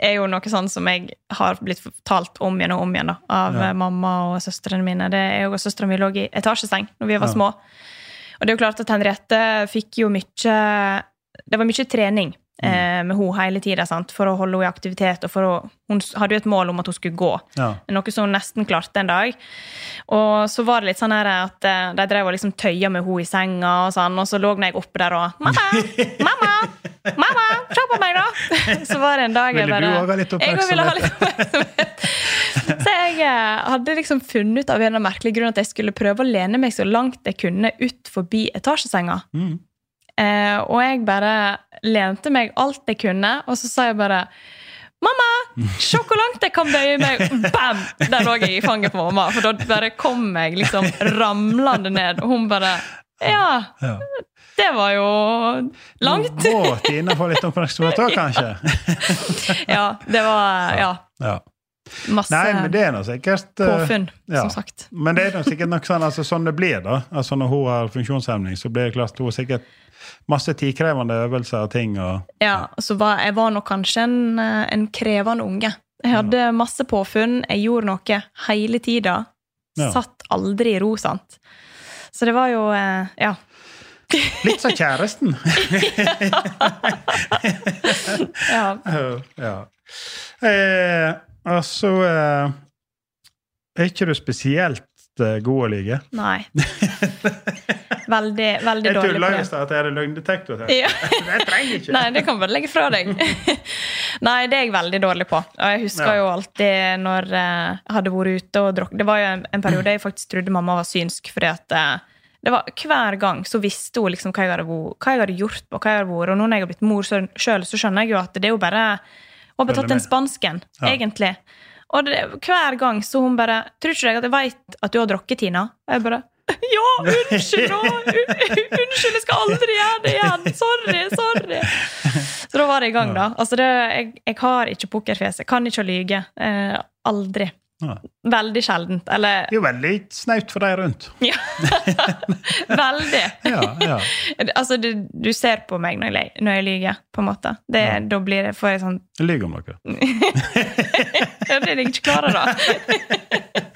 Speaker 3: er jo noe sånn som jeg har blitt fortalt om igjen og om igjen da, av
Speaker 1: Ja.
Speaker 3: eh, mamma og søstrene mine. Det er jo og søstrene mine lå i etasjeseng når vi var
Speaker 1: Ja.
Speaker 3: små. Og det er jo klart at Henriette fikk jo mye Det var mye trening
Speaker 1: Mm.
Speaker 3: eh, med henne hele tida sant, for å holde henne i aktivitet. og for å, Hun s- hadde jo et mål om at hun skulle gå.
Speaker 1: Ja.
Speaker 3: Noe som hun nesten klarte en dag. Og så var det litt sånn her at eh, de drev og liksom tøya med henne i senga, og sånn, og så lå jeg oppe der og Mamma! Mamma! Mamma! Se på meg, da! Så var det en dag jeg
Speaker 1: Ville du
Speaker 3: bare
Speaker 1: også ha litt
Speaker 3: Jeg også ville ha litt oppmerksomhet. Så jeg eh, hadde liksom funnet ut av en eller annen merkelig grunn at jeg skulle prøve å lene meg så langt jeg kunne ut forbi etasjesenga.
Speaker 1: Mm.
Speaker 3: Eh, og jeg bare lente meg alt jeg kunne, og så sa jeg bare Mamma, se hvor langt jeg kan bøye meg! Bam! Der lå jeg i fanget på mamma. For da bare kom jeg liksom ramlende ned, og hun bare Ja,
Speaker 1: Ja.
Speaker 3: det var jo langt.
Speaker 1: Nå Må Tina få litt oppmerksomhet òg, kanskje?
Speaker 3: Ja, det var ja,
Speaker 1: Ja.
Speaker 3: masse
Speaker 1: Nei, men det er nå sikkert eh,
Speaker 3: eh, påfunn,
Speaker 1: ja.
Speaker 3: som sagt.
Speaker 1: Men det er nå sikkert nok sånn, altså, sånn det blir, da. Altså, når hun har funksjonshemning, så blir det klart hun har sikkert masse tidkrevende øvelser og ting. og
Speaker 3: Ja, så var, jeg var nok kanskje en, eh, en krevende unge. Jeg hadde masse påfunn, jeg gjorde noe hele tida.
Speaker 1: Ja.
Speaker 3: Satt aldri i ro, sant. Så det var jo eh, Ja.
Speaker 1: Litt som kjæresten.
Speaker 3: ja.
Speaker 1: ja. Eh, altså eh, Er ikke du spesielt eh, god å lyge?
Speaker 3: Nei. Veldig, veldig
Speaker 1: Jeg
Speaker 3: dårlig
Speaker 1: tulla i
Speaker 3: på det.
Speaker 1: stad at jeg hadde løgndetektor. her.
Speaker 3: Ja.
Speaker 1: Jeg trenger ikke.
Speaker 3: Nei, det kan du bare legge fra deg. Nei, det er jeg veldig dårlig på. Og jeg husker
Speaker 1: Ja.
Speaker 3: jo alltid når eh, jeg hadde vært ute og drukket Det var jo en, en periode jeg faktisk trodde mamma var synsk, fordi at eh, det var hver gang så visste hun liksom hva jeg hadde, vo- hva jeg hadde gjort og hva jeg hadde vært. Og nå når jeg har blitt mor sjøl, så skjønner jeg jo at det er jo bare Hun har bare
Speaker 1: Følger
Speaker 3: tatt den
Speaker 1: med.
Speaker 3: spansken,
Speaker 1: Ja.
Speaker 3: egentlig. Og det, hver gang så hun bare 'Tror ikke jeg at jeg veit at du har drukket, Tina?' Og jeg bare ja, unnskyld nå! Un- Unnskyld, jeg skal aldri gjøre det igjen! Sorry, sorry! Så da var det i gang, da. Altså, det, jeg, jeg har ikke pokerfjes. Jeg kan ikke å lyge. Eh, aldri.
Speaker 1: Nei.
Speaker 3: Veldig sjeldent. Eller
Speaker 1: Det er jo veldig snaut for de rundt.
Speaker 3: ja. Veldig.
Speaker 1: Ja, ja.
Speaker 3: Altså, du, du ser på meg når jeg, når jeg lyger, på en måte. Det, Da blir det, får jeg sånn
Speaker 1: Jeg lyver om noe.
Speaker 3: Ja, det er jeg ikke klar over, da.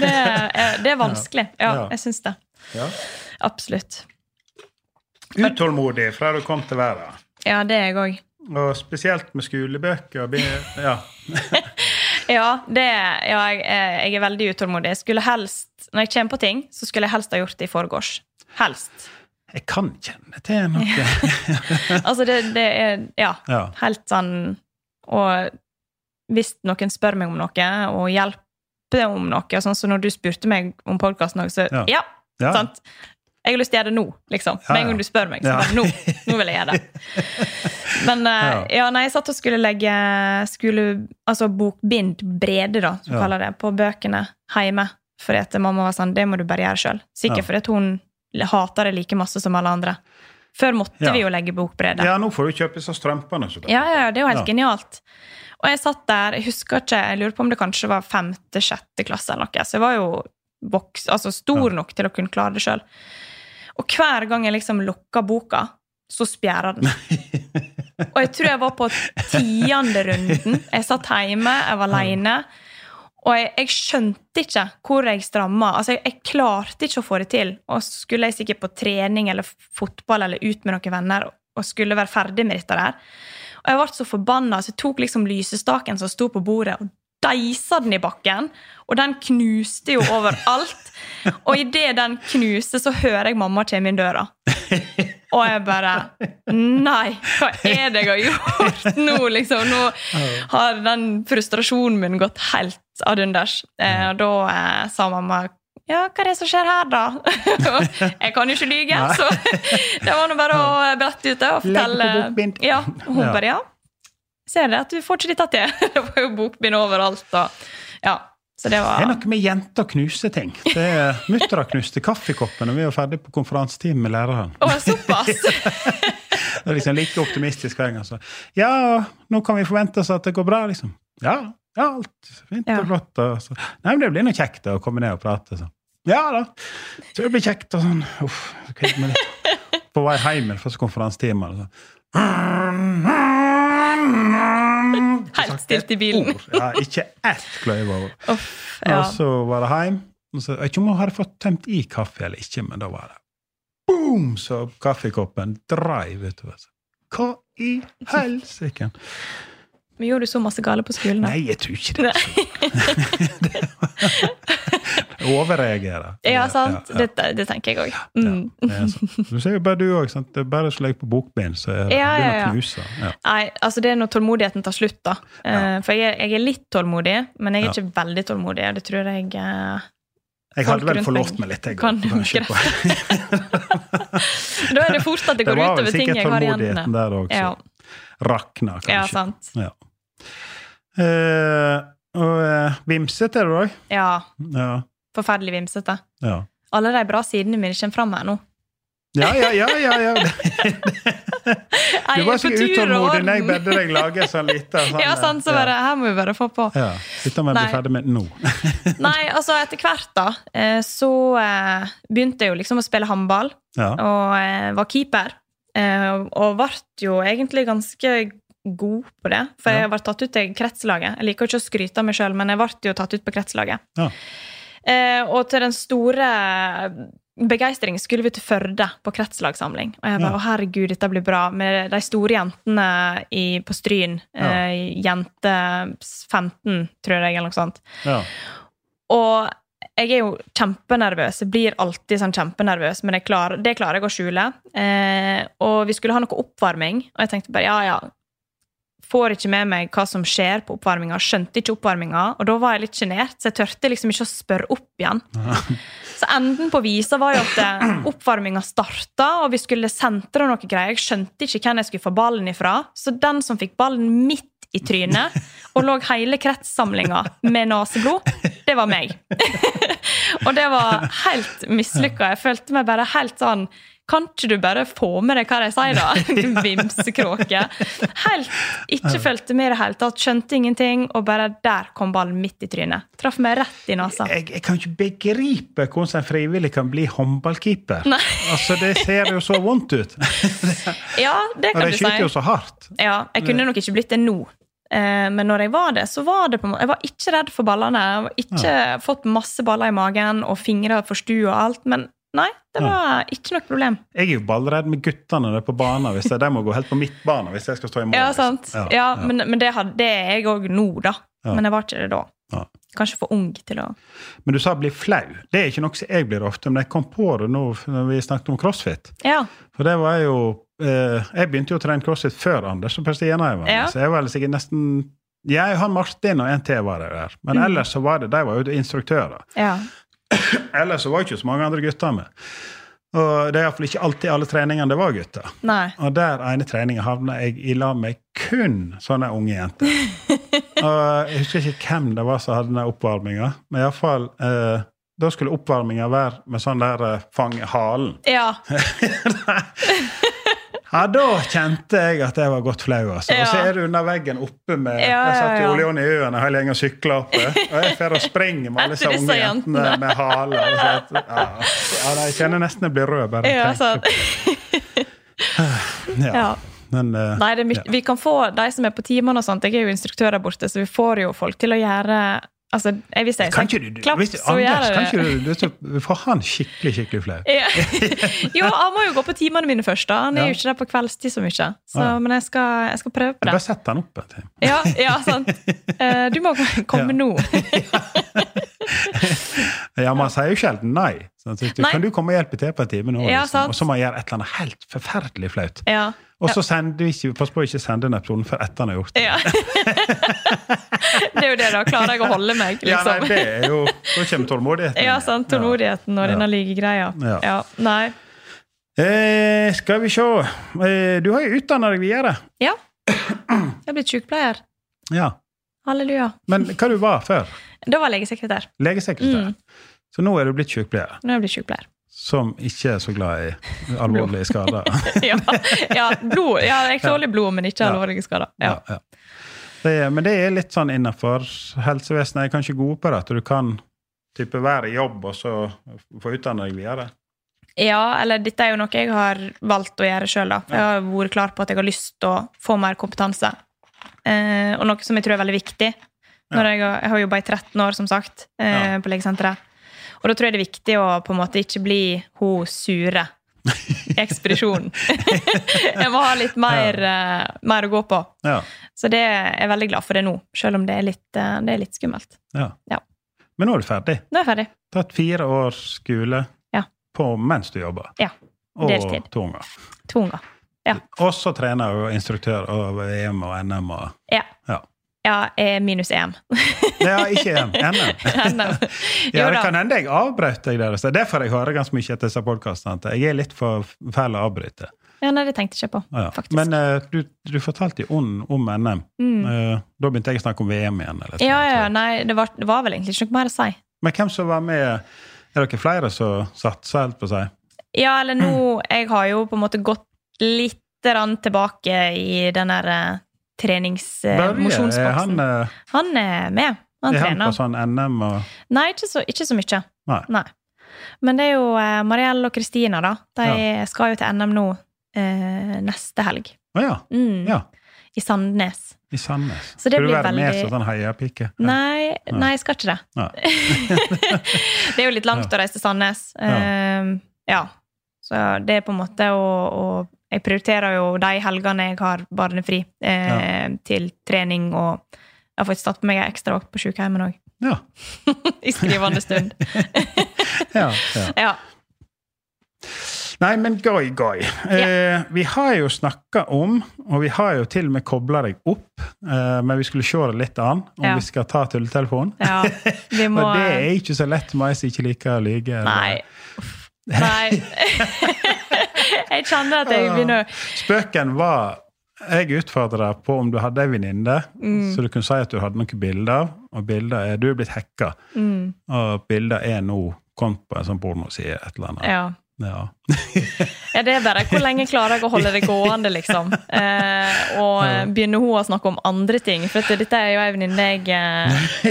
Speaker 3: det, er, det er vanskelig. Ja,
Speaker 1: Ja.
Speaker 3: jeg syns det.
Speaker 1: Ja.
Speaker 3: Absolutt.
Speaker 1: Utålmodig fra du kom til verden.
Speaker 3: Ja, det er jeg òg.
Speaker 1: Og spesielt med skolebøker. og be- Ja.
Speaker 3: Ja, det, ja jeg, eh, jeg er veldig utålmodig. Jeg skulle helst, Når jeg kommer på ting, så skulle jeg helst ha gjort det i forgårs. Helst.
Speaker 1: Jeg kan kjenne til noe.
Speaker 3: Altså, det, det er ja,
Speaker 1: Ja.
Speaker 3: helt sånn Og hvis noen spør meg om noe, og hjelper om noe og sånn, Så når du spurte meg om podkasten òg, så
Speaker 1: Ja.
Speaker 3: ja.
Speaker 1: Ja.
Speaker 3: sant? Jeg har lyst til å gjøre det nå, liksom.
Speaker 1: Ja,
Speaker 3: Med en
Speaker 1: ja.
Speaker 3: gang du spør meg. så
Speaker 1: Ja.
Speaker 3: bare nå, nå vil jeg gjøre det. Men eh, ja, nei, jeg satt og skulle legge skulle, altså bokbind brede, da, som
Speaker 1: Ja.
Speaker 3: kaller det, på bøkene hjemme. Fordi at mamma var sånn, det må du bare gjøre sjøl. Sikkert
Speaker 1: Ja.
Speaker 3: fordi at hun hater det like masse som alle andre. Før måtte
Speaker 1: Ja.
Speaker 3: vi jo legge bokbrede.
Speaker 1: Ja, nå får du kjøpe disse strømpene. som du-
Speaker 3: Ja, ja, ja, det er jo helt
Speaker 1: Ja.
Speaker 3: genialt. Og jeg satt der, jeg husker ikke, jeg lurer på om det kanskje var femte-sjette klasse eller noe, så jeg var jo voks, altså stor nok til å kunne klare det sjøl. Og hver gang jeg liksom lukka boka, så spjæra den. Og jeg tror jeg var på tiende runden. Jeg satt hjemme, jeg var aleine. Og jeg, jeg skjønte ikke hvor jeg stramma. Altså, jeg, jeg klarte ikke å få det til. Og så skulle jeg sikkert på trening eller fotball eller ut med noen venner og skulle være ferdig med dette der. Og jeg ble så forbanna, så jeg tok liksom lysestaken som sto på bordet, og deisa den i bakken. Og den knuste jo overalt. Og idet den knuste, så hører jeg mamma komme inn døra. Og jeg bare Nei, hva er det jeg har gjort nå, liksom? Nå har den frustrasjonen min gått helt ad unders. Eh, og da eh, sa mamma ja, hva er det som skjer her, da? jeg kan jo ikke lyge, så det var nå bare å brette ut det
Speaker 4: Legg
Speaker 3: og
Speaker 4: på
Speaker 3: fortelle.
Speaker 4: bokbind.
Speaker 3: Ja, og hun
Speaker 1: Ja.
Speaker 3: bare ja. Ser det at du får ikke dette til. det var jo bokbind overalt og ja. Så det
Speaker 1: Det er
Speaker 3: var
Speaker 1: noe med jenter knuser ting. Det er Muttera knuste kaffekoppen da vi var ferdig på konferansetime med læreren.
Speaker 3: Å, såpass!
Speaker 1: Det er liksom like optimistisk hver gang. Så. Ja, nå kan vi forvente oss at det går bra, liksom. Ja, ja alt fint
Speaker 3: Ja.
Speaker 1: og flott. Og så. Nei, men det blir nå kjekt da, å komme ned og prate. Så. Ja da. Så det blir kjekt og sånn. Uff. så kvitt meg litt. På vei hjem altså. fra konferansetimen.
Speaker 3: Helt stilt i bilen.
Speaker 1: Ja, ikke ett kløyve.
Speaker 3: Uff, ja.
Speaker 1: Og så var det hjem. Og så, jeg vet ikke om hun hadde fått tømt i kaffe eller ikke, men da var det boom, så kaffekoppen dreiv utover. Så, Hva i helsike?
Speaker 3: Vi gjorde så masse gale på skolen. da.
Speaker 1: Nei, jeg tror ikke det. Jeg Overreagerer.
Speaker 3: Ja, sant?
Speaker 1: Ja, ja.
Speaker 3: Det, det tenker jeg òg. Mm.
Speaker 1: Det er sånn. Du ser jo bare du òg. Bare så legg på bokbind, så er det
Speaker 3: Ja, ja,
Speaker 1: begynner
Speaker 3: ja.
Speaker 1: å knuse. Ja.
Speaker 3: Nei, altså det er når tålmodigheten tar slutt, da. Eh, For jeg, er- jeg er litt tålmodig, men jeg er
Speaker 1: Ja.
Speaker 3: ikke veldig tålmodig. og Det tror jeg eh,
Speaker 1: Jeg
Speaker 3: Folk
Speaker 1: hadde vel
Speaker 3: rundt
Speaker 1: forlovt
Speaker 3: meg
Speaker 1: meg litt, jeg.
Speaker 3: kan
Speaker 1: også, kanskje, på-
Speaker 3: Da er det fort at det
Speaker 1: Det
Speaker 3: går
Speaker 1: var vel
Speaker 3: utover ting
Speaker 1: sikkert
Speaker 3: jeg har i
Speaker 1: tålmodigheten
Speaker 3: hendene.
Speaker 1: der òg
Speaker 3: Ja.
Speaker 1: som rakna, kanskje.
Speaker 3: Ja, sant.
Speaker 1: Ja. Eh, og eh, vimsete er du òg.
Speaker 3: Ja,
Speaker 1: Ja.
Speaker 3: Forferdelig vimsete.
Speaker 1: Ja.
Speaker 3: Alle de bra sidene mine kommer fram her nå.
Speaker 1: Ja, ja, ja, ja, ja.
Speaker 3: Jeg
Speaker 1: Du
Speaker 3: er
Speaker 1: var
Speaker 3: på
Speaker 1: så
Speaker 3: tur og
Speaker 1: utålmodig når jeg
Speaker 3: orden.
Speaker 1: bedde deg lage sånn lite. Sånn,
Speaker 3: Ja, sant, så bare, her må vi bare få på.
Speaker 1: Ja. Dette må jeg bli
Speaker 3: Nei.
Speaker 1: ferdig med nå.
Speaker 3: Nei, altså etter hvert da, eh, så eh, begynte jeg jo liksom å spille håndball,
Speaker 1: Ja.
Speaker 3: og eh, var keeper. Eh, Og ble jo egentlig ganske god på det, for
Speaker 1: Ja.
Speaker 3: jeg ble tatt ut til kretslaget. Jeg liker jo ikke å skryte av meg sjøl, men jeg ble jo tatt ut på kretslaget.
Speaker 1: Ja.
Speaker 3: Eh, Og til den store begeistringen skulle vi til Førde på kretslagssamling. Og jeg bare
Speaker 1: Ja.
Speaker 3: å herregud, dette blir bra. Med de store jentene i, på Stryn. Eh, Jente 15, tror jeg, eller noe sånt.
Speaker 1: Ja.
Speaker 3: Og jeg er jo kjempenervøs. Jeg blir alltid sånn kjempenervøs, men jeg klarer, det klarer jeg å skjule. Eh, og vi skulle ha noe oppvarming, og jeg tenkte bare ja, ja. Får ikke med meg hva som skjer på oppvarminga. Skjønte ikke oppvarminga. Og da var jeg litt sjenert, så jeg tørte liksom ikke å spørre opp igjen. Så enden på visa var jo at eh, oppvarminga starta, og vi skulle sentre noe greier. Jeg skjønte ikke hvem jeg skulle få ballen ifra. Så den som fikk ballen midt i trynet, og lå hele kretssamlinga med naseblod, det var meg. og det var helt mislykka. Jeg følte meg bare helt sånn kan ikke du bare få med deg hva de sier, da? Du vimsekråke. Helt ikke fulgte med i det hele tatt. Skjønte ingenting, og bare der kom ballen midt i trynet. Traff meg rett i nesa.
Speaker 1: Jeg, jeg kan ikke begripe hvordan en frivillig kan bli håndballkeeper.
Speaker 3: Nei.
Speaker 1: Altså, Det ser jo så vondt ut.
Speaker 3: Ja, det
Speaker 1: Og
Speaker 3: kan
Speaker 1: de
Speaker 3: du
Speaker 1: skyter jo
Speaker 3: si.
Speaker 1: så hardt.
Speaker 3: Ja, jeg kunne nok ikke blitt det nå. Eh, Men når jeg var det, så var det på en måte Jeg var ikke redd for ballene. Jeg var ikke fått masse baller i magen og fingre for stue og alt. Men nei, det var ikke noe problem.
Speaker 1: Jeg er jo ballredd med guttene der på banen. hvis jeg, De må gå helt på midtbanen hvis jeg skal stå i mål.
Speaker 3: Ja,
Speaker 1: liksom.
Speaker 3: sant. Ja, Men, men det, hadde, det er jeg òg nå, da. Men jeg var ikke det da.
Speaker 1: Ja.
Speaker 3: Kanskje for ung til å
Speaker 1: Men du sa bli flau. Det er ikke noe som jeg blir ofte, men jeg kom på det nå når vi snakket om crossfit.
Speaker 3: Ja.
Speaker 1: For det var jo eh, Jeg begynte jo å trene crossfit før Anders og Pester Jenheim.
Speaker 3: Ja.
Speaker 1: Så jeg var vel sikkert nesten Jeg, han Martin og en til var det der. Men ellers så var det, de var jo instruktører.
Speaker 3: ja.
Speaker 1: Ellers så var jo ikke så mange andre gutter med. Og det er iallfall ikke alltid alle treningene det var gutter.
Speaker 3: Nei.
Speaker 1: Og der ene treningen havna jeg i lag med kun sånne unge jenter. Og jeg husker ikke hvem det var som hadde den oppvarminga, men iallfall eh, Da skulle oppvarminga være med sånn der eh, fang halen.
Speaker 3: Ja.
Speaker 1: Ja, da kjente jeg at jeg var godt flau. Altså. Og så
Speaker 3: Ja.
Speaker 1: er du under veggen oppe med
Speaker 3: Ja,
Speaker 1: Jeg satt
Speaker 3: ja,
Speaker 1: i
Speaker 3: ja.
Speaker 1: Oleon i øen og hele gjengen sykla oppe. Og jeg får og springer med alle disse
Speaker 3: Etter
Speaker 1: unge
Speaker 3: disse
Speaker 1: jentene
Speaker 3: jentene.
Speaker 1: med hale. Og så, at- ja, altså, ja, jeg kjenner nesten jeg blir rød bare
Speaker 3: ja,
Speaker 1: jeg
Speaker 3: sant.
Speaker 1: tenker. Ja.
Speaker 3: Ja.
Speaker 1: Men eh,
Speaker 3: Nei, det er mye. Vi kan få de som er på timene og sånt. Jeg er jo instruktør der borte, så vi får jo folk til å gjøre Altså, jeg, hvis jeg
Speaker 1: kan
Speaker 3: sier
Speaker 1: ikke du, du
Speaker 3: klapp,
Speaker 1: hvis,
Speaker 3: så gjør
Speaker 1: Anders,
Speaker 3: jeg
Speaker 1: kan
Speaker 3: det.
Speaker 1: ikke du, du, du får han skikkelig, skikkelig flau.
Speaker 3: Ja. jo, han må jo gå på timene mine først. da. Han er
Speaker 1: Ja.
Speaker 3: jo ikke der på kveldstid så mye. Så,
Speaker 1: Ah, ja.
Speaker 3: Men jeg skal, jeg skal prøve på
Speaker 1: Bare
Speaker 3: det.
Speaker 1: sett han opp en time.
Speaker 3: Ja, ja sant. Eh, Du må komme
Speaker 1: Ja.
Speaker 3: nå.
Speaker 1: Ja, man sier jo sjelden nei. Så jeg tenkte,
Speaker 3: Nei.
Speaker 1: Kan du komme og hjelpe til på en time nå?
Speaker 3: Ja,
Speaker 1: liksom?
Speaker 3: sant.
Speaker 1: Og så må man gjøre et eller annet helt forferdelig flaut.
Speaker 3: Ja.
Speaker 1: Og så sender du ikke, pass på å ikke sende den episoden før etter han har gjort det.
Speaker 3: ja. Det er jo det, da. Klarer jeg å holde meg,
Speaker 1: Ja, nei,
Speaker 3: liksom?
Speaker 1: det er jo, Da kommer tålmodigheten.
Speaker 3: Ja, sant. Tålmodigheten og
Speaker 1: Ja.
Speaker 3: denne ligegreia.
Speaker 1: Ja.
Speaker 3: Ja. Nei.
Speaker 1: Ja. Eh, skal vi se eh, Du har jo utdanna deg videre.
Speaker 3: Ja. Jeg er blitt sykepleier.
Speaker 1: Ja.
Speaker 3: Halleluja.
Speaker 1: Men hva du var før?
Speaker 3: Da var jeg legesekretær. Mm.
Speaker 1: Legesekretær. Så nå er du blitt sykepleier,
Speaker 3: Nå er jeg blitt sykepleier.
Speaker 1: som ikke er så glad i alvorlige skader.
Speaker 3: ja, ja, blod. ja, jeg tåler blod, men ikke alvorlige skader. Ja.
Speaker 1: Ja, ja. Det er, men det er litt sånn innafor. Helsevesenet er kanskje gode på det, at du kan type være i jobb og så få utdanna deg videre.
Speaker 3: Ja, eller dette er jo noe jeg har valgt å gjøre sjøl. Jeg har vært klar på at jeg har lyst til å få mer kompetanse. Eh, og noe som jeg tror er veldig viktig. Når jeg, har- jeg har jobba i 13 år, som sagt, eh,
Speaker 1: Ja.
Speaker 3: på legesenteret. Og da tror jeg det er viktig å på en måte ikke bli hun sure i ekspedisjonen. jeg må ha litt mer, eh, mer å gå på.
Speaker 1: Ja,
Speaker 3: Så det er jeg veldig glad for det nå, sjøl om det er litt, eh, det er litt skummelt.
Speaker 1: ja.
Speaker 3: Ja.
Speaker 1: Men nå er du ferdig.
Speaker 3: Nå er jeg ferdig.
Speaker 1: Tatt fire års skole
Speaker 3: Ja.
Speaker 1: på mens du jobber.
Speaker 3: Ja.
Speaker 1: Og
Speaker 3: Deltid.
Speaker 1: to unger.
Speaker 3: To unger. Ja.
Speaker 1: Og så trener og instruktør og EM og NM og
Speaker 3: Ja.
Speaker 1: Ja.
Speaker 3: Ja, eh, minus EM.
Speaker 1: Ja, ikke EM. NM.
Speaker 3: NM.
Speaker 1: Ja,
Speaker 3: Jo
Speaker 1: det
Speaker 3: da.
Speaker 1: kan hende jeg avbrøt deg der. Så det er derfor jeg hører ganske mye etter disse podkastene. Jeg er litt for fæl å avbryte.
Speaker 3: Ja, nei, det tenkte jeg ikke på,
Speaker 1: Ja, ja.
Speaker 3: faktisk. Mm.
Speaker 1: Men eh, du, du fortalte jo om, om NM. Eh, da begynte jeg å snakke om VM igjen. Eller
Speaker 3: ja,
Speaker 1: sånt.
Speaker 3: ja, ja, nei, det var, det var vel egentlig ikke noe mer å si.
Speaker 1: Men hvem som var med? Er dere flere som satsa, helt på å si?
Speaker 3: Ja, eller nå Jeg har jo på en måte gått litt grann tilbake i den der eh, trenings- eh,
Speaker 1: Børje, er han,
Speaker 3: mosjonsboksen.
Speaker 1: eh,
Speaker 3: Han er med. Han
Speaker 1: er han på
Speaker 3: trener.
Speaker 1: sånn NM og
Speaker 3: Nei, ikke så, ikke så mye.
Speaker 1: Nei.
Speaker 3: Men det er jo eh, Mariell og Kristina, da. De
Speaker 1: Ja.
Speaker 3: skal jo til NM nå eh, neste helg.
Speaker 1: Å ja.
Speaker 3: Mm,
Speaker 1: ja.
Speaker 3: I Sandnes.
Speaker 1: I Sandnes.
Speaker 3: Så det
Speaker 1: Skal du
Speaker 3: blir
Speaker 1: være med
Speaker 3: veldig-
Speaker 1: som sånn heiapike? Ja.
Speaker 3: Nei, nei, jeg skal ikke det.
Speaker 1: Nei.
Speaker 3: det er jo litt langt å reise til Sandnes.
Speaker 1: Ja.
Speaker 3: Ehm, ja. Så det er på en måte å, å Jeg prioriterer jo de helgene jeg har barnefri, eh, til trening og Jeg har faktisk tatt på meg en ekstra vakt på sykehjemmet òg.
Speaker 1: Ja.
Speaker 3: I skrivende stund.
Speaker 1: Ja, ja.
Speaker 3: ja.
Speaker 1: Nei, men gøy, gøy. Eh, vi har jo snakka om, og vi har jo til og med kobla deg opp, eh, men vi skulle se det litt an, om
Speaker 3: Ja.
Speaker 1: vi skal ta tulletelefonen.
Speaker 3: ja. Vi må eh,
Speaker 1: Og det er ikke så lett med ei som ikke liker å lyge. eller-
Speaker 3: Nei. Uff. Nei. jeg kjenner at jeg begynner å
Speaker 1: Spøken var Jeg utfordra på om du hadde ei venninne
Speaker 3: Mm.
Speaker 1: så du kunne si at du hadde noen bilder av, og bilder er Du er blitt hacka,
Speaker 3: Mm.
Speaker 1: og bilder er nå kommet på en sånn pornoside, et eller annet.
Speaker 3: ja.
Speaker 1: Ja.
Speaker 3: Ja, det er bare hvor lenge klarer jeg å holde det gående, liksom. Eh, og eh, begynner hun å snakke om andre ting. For at dette er jo ei venninne jeg eh,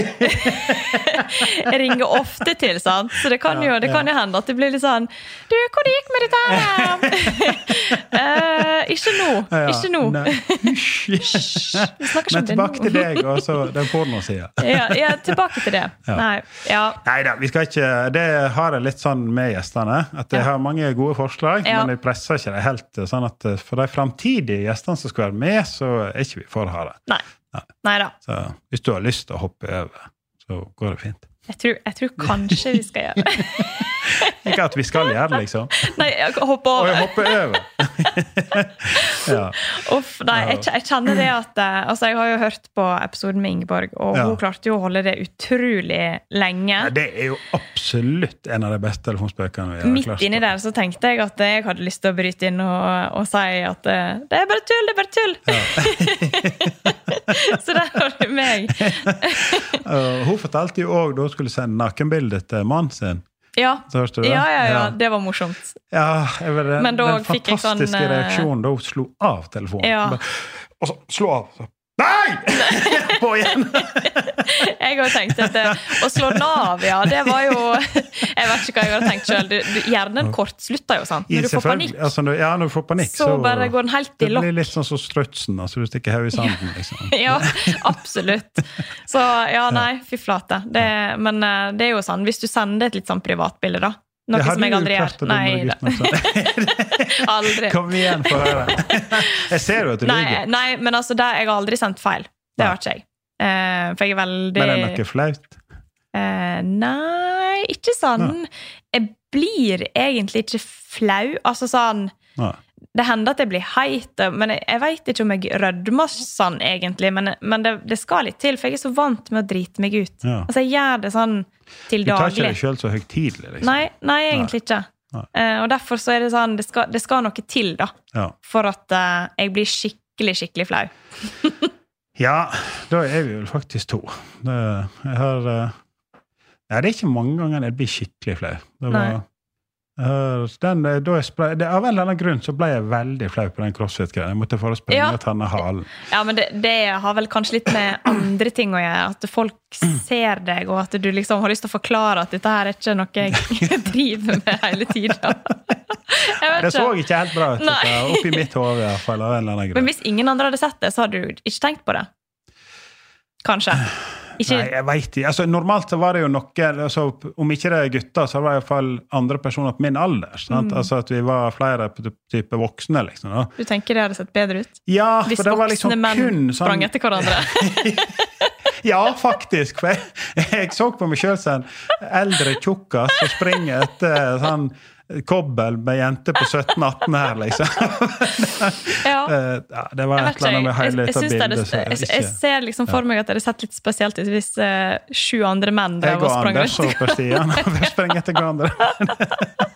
Speaker 3: jeg ringer ofte til, sant. Så det kan jo, det kan jo hende at det blir litt sånn Du, hvor det gikk med dette her? eh, ikke nå.
Speaker 1: Ja,
Speaker 3: Ikke nå.
Speaker 1: nei.
Speaker 3: Hysj. Vi snakker
Speaker 1: Men
Speaker 3: ikke om
Speaker 1: tilbake til
Speaker 3: det nå.
Speaker 1: deg og så den pornosida.
Speaker 3: ja, ja, tilbake til det. Nei. Ja.
Speaker 1: Nei da, vi skal ikke Det har jeg litt sånn med gjestene. At jeg har mange gode forslag,
Speaker 3: Ja.
Speaker 1: men jeg presser ikke det helt. Sånn at for de framtidige gjestene som skal være med, så er ikke vi for harde.
Speaker 3: Nei. Nei da.
Speaker 1: Så hvis du har lyst til å hoppe over, så så går det fint.
Speaker 3: Jeg tror, jeg tror kanskje vi skal gjøre det.
Speaker 1: Ikke at vi skal gjøre det, liksom.
Speaker 3: Nei, jeg hopper
Speaker 1: Og
Speaker 3: over.
Speaker 1: jeg hopper over! ja.
Speaker 3: Uff, nei, jeg, jeg kjenner det at eh, altså, Jeg har jo hørt på episoden med Ingeborg, og
Speaker 1: Ja.
Speaker 3: hun klarte jo å holde det utrolig lenge.
Speaker 1: Nei, Det er jo absolutt en av de beste telefonspøkene vi har
Speaker 3: Midt inni der så tenkte jeg at jeg hadde lyst til å bryte inn og, og si at eh, det er bare tull, det er bare tull! så der har du meg.
Speaker 1: Uh, hun fortalte jo òg da hun skulle sende nakenbildet til mannen sin.
Speaker 3: Ja.
Speaker 1: Så hørte du det?
Speaker 3: Ja, ja, ja,
Speaker 1: Ja.
Speaker 3: det var morsomt.
Speaker 1: Ja, jeg vet, det.
Speaker 3: Men da
Speaker 1: den
Speaker 3: fikk jeg sånn,
Speaker 1: fantastiske
Speaker 3: eh,
Speaker 1: reaksjonen da hun slo av telefonen.
Speaker 3: Ja.
Speaker 1: Bare, Og så slo av. Så. Nei! På igjen!
Speaker 3: Jeg òg tenkte at det, å slå den av, ja, det var jo Jeg vet ikke hva jeg hadde tenkt sjøl. Hjernen kortslutter jo, sant? Når du får
Speaker 1: Selvfølgelig.
Speaker 3: panikk,
Speaker 1: Altså, når, ja, når du får panikk,
Speaker 3: så bare går den helt
Speaker 1: Det
Speaker 3: i lokk.
Speaker 1: blir litt sånn som strøtsen. Altså, du stikker hodet i sanden, liksom.
Speaker 3: Ja, absolutt. Så ja, nei, fy flate. Det, men eh, det er jo sånn, hvis du sender et litt sånn privatbilde, da. Noe
Speaker 1: Det hadde
Speaker 3: som jeg
Speaker 1: jo
Speaker 3: aldri
Speaker 1: klart å
Speaker 3: gjør.
Speaker 1: dumme
Speaker 3: Nei,
Speaker 1: deg ut med sånn.
Speaker 3: da. aldri.
Speaker 1: Kom igjen, få høre. Jeg ser jo at du
Speaker 3: Nei,
Speaker 1: lyver.
Speaker 3: nei, men altså, det, jeg har aldri sendt feil. Det har ikke jeg. Eh, for jeg er veldig
Speaker 1: Men er det noe flaut?
Speaker 3: Eh, Nei, ikke sånn. Jeg blir egentlig ikke flau. Altså sånn
Speaker 1: Nei.
Speaker 3: Det hender at jeg blir heit, men jeg, jeg veit ikke om jeg rødmer sånn egentlig. Men, men det, det skal litt til, for jeg er så vant med å drite meg ut.
Speaker 1: Ja.
Speaker 3: Altså, jeg gjør det sånn til
Speaker 1: Du tar ikke
Speaker 3: daglig.
Speaker 1: deg sjøl så høytidelig, liksom.
Speaker 3: Nei, nei, egentlig ikke.
Speaker 1: Nei.
Speaker 3: Eh, og derfor så er det sånn Det skal, det skal noe til, da,
Speaker 1: Ja.
Speaker 3: for at eh, jeg blir skikkelig, skikkelig flau.
Speaker 1: Ja, da er vi vel faktisk to. Det, jeg har eh, Nei, det er ikke mange ganger jeg blir skikkelig flau. Det var,
Speaker 3: Nei.
Speaker 1: jeg har- den, eh, da jeg spre, det, av en eller annen grunn så ble jeg veldig flau på den crossfit-greia. Jeg måtte få det sprenge
Speaker 3: Ja.
Speaker 1: og tenne halen.
Speaker 3: Ja, men det, det har vel kanskje litt med andre ting å gjøre. At folk ser deg, og at du liksom har lyst til å forklare at dette her er ikke noe jeg driver med hele tida. Jeg
Speaker 1: Det
Speaker 3: vet
Speaker 1: så
Speaker 3: ikke.
Speaker 1: ikke helt bra ut,
Speaker 3: Nei.
Speaker 1: dette, oppi mitt hode i hvert fall. av en eller annen grunn.
Speaker 3: Men hvis ingen andre hadde sett det, så hadde du ikke tenkt på det. Kanskje. Ikke,
Speaker 1: Nei, jeg vet ikke. Altså, normalt så var det jo noe altså, Om ikke det er gutter, så var det iallfall andre personer på min alder. Sant?
Speaker 3: Mm.
Speaker 1: Altså At vi var flere på type voksne. liksom. Da.
Speaker 3: du tenker det hadde sett bedre ut?
Speaker 1: Ja,
Speaker 3: Hvis
Speaker 1: for det var
Speaker 3: voksne
Speaker 1: liksom kun
Speaker 3: menn
Speaker 1: sånn
Speaker 3: sprang etter hverandre?
Speaker 1: Ja, faktisk. For jeg, jeg så på meg sjøl som en eldre tjukkas som springer etter sånn kobbel med jenter på 17-18 her, liksom.
Speaker 3: Ja.
Speaker 1: Eh, Ja, det var et
Speaker 3: Jeg
Speaker 1: eller annet med
Speaker 3: vet ikke, jeg, jeg,
Speaker 1: highlight av
Speaker 3: synes det er-
Speaker 1: bildet. så jeg
Speaker 3: jeg, jeg,
Speaker 1: ikke-
Speaker 3: ser liksom for meg at det hadde sett litt spesielt ut hvis eh, sju andre menn
Speaker 1: Jeg
Speaker 3: drev og
Speaker 1: og
Speaker 3: sprang
Speaker 1: Anders
Speaker 3: rundt
Speaker 1: og Per Stian vi springer etter hverandre.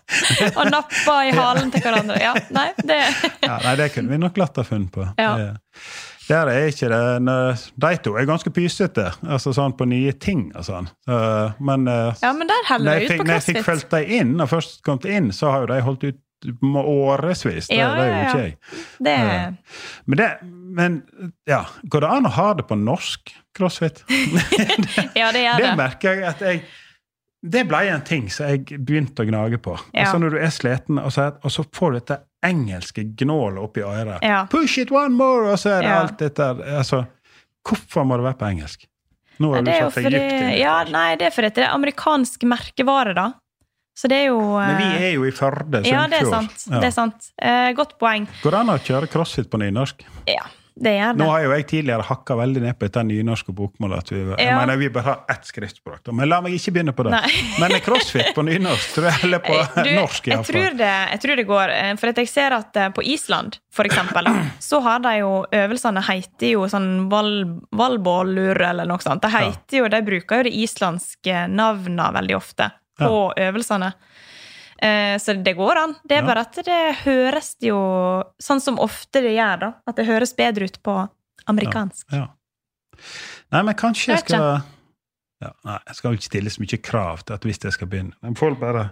Speaker 3: og nappa i halen til hverandre. Ja, nei, det
Speaker 1: Ja, nei, det kunne vi nok latt ha funnet på.
Speaker 3: Ja.
Speaker 1: Det- Der er ikke det. Nå, De to er ganske pysete altså sånn på nye ting og sånn. Så, Men eh,
Speaker 3: Ja, men der heller
Speaker 1: når
Speaker 3: det
Speaker 1: jeg
Speaker 3: ut
Speaker 1: fikk,
Speaker 3: på
Speaker 1: når jeg fikk
Speaker 3: CrossFit.
Speaker 1: fulgt dem inn, og først kom inn, så har jo de holdt ut med årevis. Det,
Speaker 3: Ja,
Speaker 1: det er jo
Speaker 3: ja,
Speaker 1: ikke
Speaker 3: ja.
Speaker 1: jeg.
Speaker 3: Det,
Speaker 1: Men, det, men ja, går det an å ha det på norsk crossfit?
Speaker 3: ja, det gjør
Speaker 1: Det
Speaker 3: det.
Speaker 1: merker jeg at jeg Det ble en ting som jeg begynte å gnage på.
Speaker 3: Ja.
Speaker 1: Altså Når du er sliten, og så, og så får du dette engelske gnålet opp i øret.
Speaker 3: Ja.
Speaker 1: Push it one more! Og så er det
Speaker 3: Ja.
Speaker 1: alt dette altså, Hvorfor må det være på engelsk? Nå
Speaker 3: Ja,
Speaker 1: har du
Speaker 3: det er jo
Speaker 1: satt deg
Speaker 3: fordi
Speaker 1: dypt inn. i
Speaker 3: Ja,
Speaker 1: det.
Speaker 3: nei, det er fordi det er amerikansk merkevare, da. Så det er jo
Speaker 1: Men vi
Speaker 3: eh,
Speaker 1: er jo i Førde,
Speaker 3: Ja, det er
Speaker 1: Sunnfjord.
Speaker 3: sant.
Speaker 1: Ja.
Speaker 3: Det er sant. Eh, godt poeng.
Speaker 1: Går det an å kjøre crossfit på nynorsk?
Speaker 3: Ja, det gjør
Speaker 1: Nå
Speaker 3: det.
Speaker 1: har jo jeg tidligere hakka veldig ned på dette nynorske bokmålet. At vi, jeg
Speaker 3: Ja.
Speaker 1: mener vi bør ha ett skriftspråk. da, Men la meg ikke begynne på det.
Speaker 3: Nei.
Speaker 1: Men crossfit på nynorsk tror jeg eller på
Speaker 3: Eh, du,
Speaker 1: norsk,
Speaker 3: jeg, tror
Speaker 1: iallfall.
Speaker 3: det, jeg tror det går. eh, For at jeg ser at eh, på Island, for eksempel, da, så har de jo øvelsene heter jo sånn val, valbollur eller noe sånt. De, heter jo, de bruker jo det islandske navna veldig ofte på øvelsene. Eh, Så det går an. Det er
Speaker 1: Ja.
Speaker 3: bare at det høres jo sånn som ofte det gjør, da. At det høres bedre ut på amerikansk.
Speaker 1: Ja. Nei, men kanskje jeg
Speaker 3: Jeg vet
Speaker 1: skal ja, Nei, jeg skal jo ikke stille så mye krav til at hvis jeg skal begynne. Jeg får bare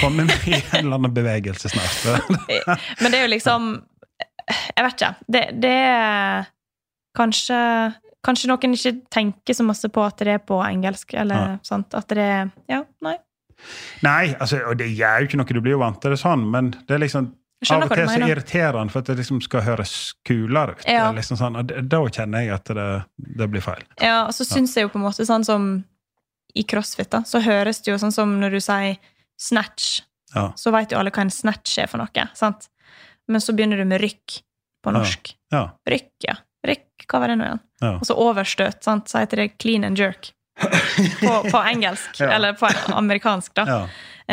Speaker 1: komme med i en eller annen bevegelse snart.
Speaker 3: Men det er jo liksom Jeg vet ikke. Det, det er kanskje Kanskje noen ikke tenker så masse på at det er på engelsk. eller
Speaker 1: Nei.
Speaker 3: sånt, at det er, ja, nei.
Speaker 1: Nei, altså, og det gjør jo ikke noe, du blir jo vant til det sånn, men det er liksom av
Speaker 3: Jeg skjønner
Speaker 1: og
Speaker 3: hva
Speaker 1: til så
Speaker 3: du mener.
Speaker 1: irriterer han for at det liksom skal høres kulere ut.
Speaker 3: Ja.
Speaker 1: Det er Liksom sånn, og det- da kjenner jeg at det, det blir feil.
Speaker 3: Ja, og så syns jeg jo på en måte sånn som i crossfit, da, så høres det jo sånn som når du sier snatch,
Speaker 1: Ja.
Speaker 3: så veit jo alle hva en snatch er for noe. sant? Men så begynner du med rykk på
Speaker 1: Ja.
Speaker 3: norsk.
Speaker 1: Ja,
Speaker 3: Rykk, ja. Rykk, hva var det nå igjen?
Speaker 1: ja.
Speaker 3: Og så overstøt, sant? så heter det clean and jerk. på, på engelsk,
Speaker 1: Ja.
Speaker 3: eller på amerikansk, da.
Speaker 1: Ja.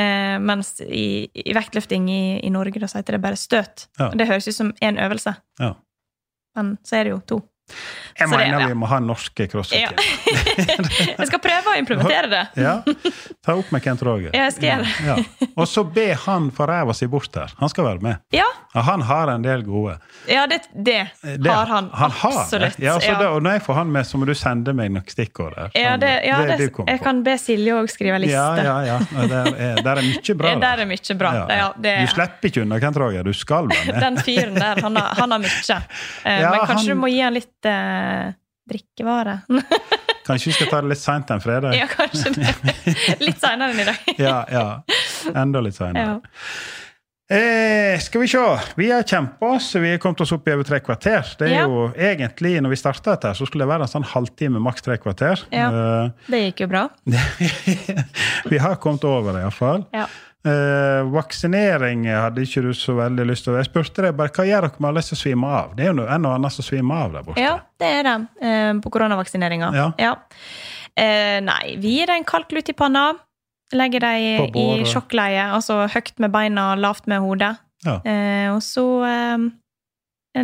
Speaker 3: Eh, mens i, i vektløfting i, i Norge da, så heter det bare støt.
Speaker 1: Ja.
Speaker 3: Og Det høres ut som én øvelse,
Speaker 1: Ja.
Speaker 3: men så er det jo to.
Speaker 1: Jeg
Speaker 3: Så det-
Speaker 1: mener
Speaker 3: ja.
Speaker 1: vi må ha norske crossfit.
Speaker 3: Ja. jeg skal prøve å implementere det.
Speaker 1: Ja. Ta opp med Kent Roger.
Speaker 3: Ja, jeg skal gjøre det.
Speaker 1: Ja. Ja. Og så be han for ræva si bort her. Han skal være med.
Speaker 3: Ja,
Speaker 1: Ja, han har en del gode.
Speaker 3: ja det, det,
Speaker 1: Eh, Det-
Speaker 3: har han.
Speaker 1: har det.
Speaker 3: absolutt.
Speaker 1: Ja, så
Speaker 3: Ja.
Speaker 1: det, og når jeg får han med, så må du sende meg noen stikkord der.
Speaker 3: Ja,
Speaker 1: Sånn,
Speaker 3: det, ja,
Speaker 1: er
Speaker 3: det,
Speaker 1: du kom
Speaker 3: jeg
Speaker 1: på.
Speaker 3: kan be Silje òg skrive liste.
Speaker 1: Ja, ja, ja. Og Der er, der er mye bra.
Speaker 3: Ja, der er mye bra. Ja, det er-
Speaker 1: Du slipper ikke unna Kent Roger. Du skal være med.
Speaker 3: Den fyren der, han har, han har mye. Eh,
Speaker 1: Ja,
Speaker 3: men kanskje
Speaker 1: han-
Speaker 3: du må gi han litt eh, drikkevare?
Speaker 1: Kanskje vi skal ta det litt seint en fredag?
Speaker 3: ja, kanskje det. Litt seinere enn i dag.
Speaker 1: ja, ja. Enda litt
Speaker 3: Ja.
Speaker 1: seinere. Eh, skal vi se. Vi har kjempa oss. Vi har kommet oss opp i over tre kvarter. Det er
Speaker 3: Ja.
Speaker 1: jo egentlig, når vi starta dette, her, så skulle det være en sånn halvtime, maks tre kvarter.
Speaker 3: Ja.
Speaker 1: Eh,
Speaker 3: Det gikk jo bra.
Speaker 1: vi har kommet over det, iallfall.
Speaker 3: Ja.
Speaker 1: Eh, vaksinering hadde ikke du så veldig lyst til. Jeg spurte deg bare hva gjør dere med alle som svimer av. Det er jo noe- en og annen som svimer av der borte.
Speaker 3: Ja, det er det. Eh, på koronavaksineringa.
Speaker 1: Ja.
Speaker 3: Eh, nei, vi gir dem kald klut i panna. Legger
Speaker 1: På
Speaker 3: dem i
Speaker 1: båret.
Speaker 3: sjokkleie, altså høyt med beina, lavt med hodet.
Speaker 1: Ja.
Speaker 3: Eh, og så eh,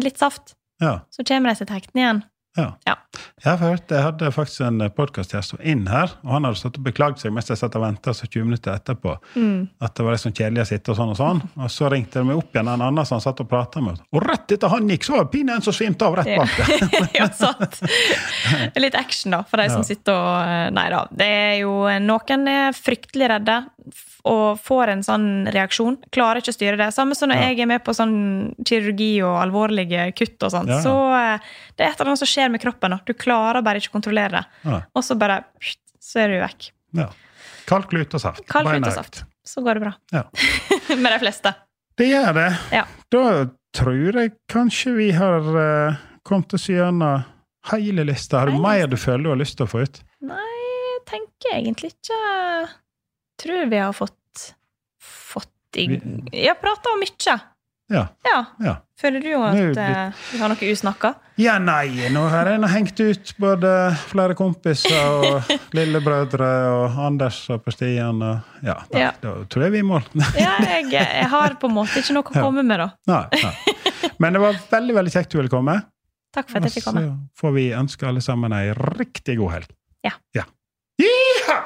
Speaker 3: litt saft.
Speaker 1: Ja.
Speaker 3: Så kommer de seg til hektene igjen.
Speaker 1: Ja.
Speaker 3: Ja.
Speaker 1: Jeg, har hørt, jeg hadde faktisk en podkastgjest som var inn her, og han hadde stått og beklagd seg mens jeg satt og venta 20 minutter etterpå.
Speaker 3: Mm.
Speaker 1: At det var liksom kjedelig å sitte og sånn og sånn. Og så ringte de meg opp igjen, en annen som han satt og prata med. Og rett etter han gikk, så var det pinlig en som svimte av rett
Speaker 3: Ja.
Speaker 1: bak der.
Speaker 3: ja, sant. Litt action, da, for de som
Speaker 1: Ja.
Speaker 3: sitter og eh, Nei da. Det er jo eh, Noen er fryktelig redde f- og får en sånn reaksjon. Klarer ikke å styre det. Samme som når
Speaker 1: Ja.
Speaker 3: jeg er med på sånn kirurgi og alvorlige kutt og sånn.
Speaker 1: Ja, ja.
Speaker 3: Så eh, det er et eller annet som skjer med kroppen. da. Du klarer bare ikke å kontrollere det.
Speaker 1: Ja.
Speaker 3: Og så bare pst, så er du vekk.
Speaker 1: Ja. Kald klut og saft.
Speaker 3: Kald
Speaker 1: Bare en
Speaker 3: klut
Speaker 1: økt.
Speaker 3: og saft. Så går det bra.
Speaker 1: Ja.
Speaker 3: med de fleste.
Speaker 1: Det gjør det.
Speaker 3: Ja.
Speaker 1: Da tror jeg kanskje vi har eh, kommet oss gjennom hele lista. Har du
Speaker 3: Hele
Speaker 1: mer du føler du har lyst til å få ut?
Speaker 3: Nei, jeg tenker egentlig ikke Tror vi har fått fått i
Speaker 1: Vi-
Speaker 3: Jeg har prata om mye.
Speaker 1: Ja.
Speaker 3: Ja.
Speaker 1: ja.
Speaker 3: Føler du jo at
Speaker 1: Nå er det
Speaker 3: eh, vi har noe usnakka?
Speaker 1: Ja, nei, nå har en hengt ut både flere kompiser og lillebrødre og Anders og på stien og Ja, nei,
Speaker 3: Ja.
Speaker 1: da tror jeg vi er i mål. Nei,
Speaker 3: Ja, jeg, jeg har på en måte ikke noe å
Speaker 1: Ja.
Speaker 3: komme med, da.
Speaker 1: nei. Men det var veldig veldig kjekt du ville komme.
Speaker 3: Takk for at jeg fikk komme.
Speaker 1: Og så får vi ønske alle sammen ei riktig god helg.
Speaker 3: Ja.
Speaker 1: ja. Yeeha!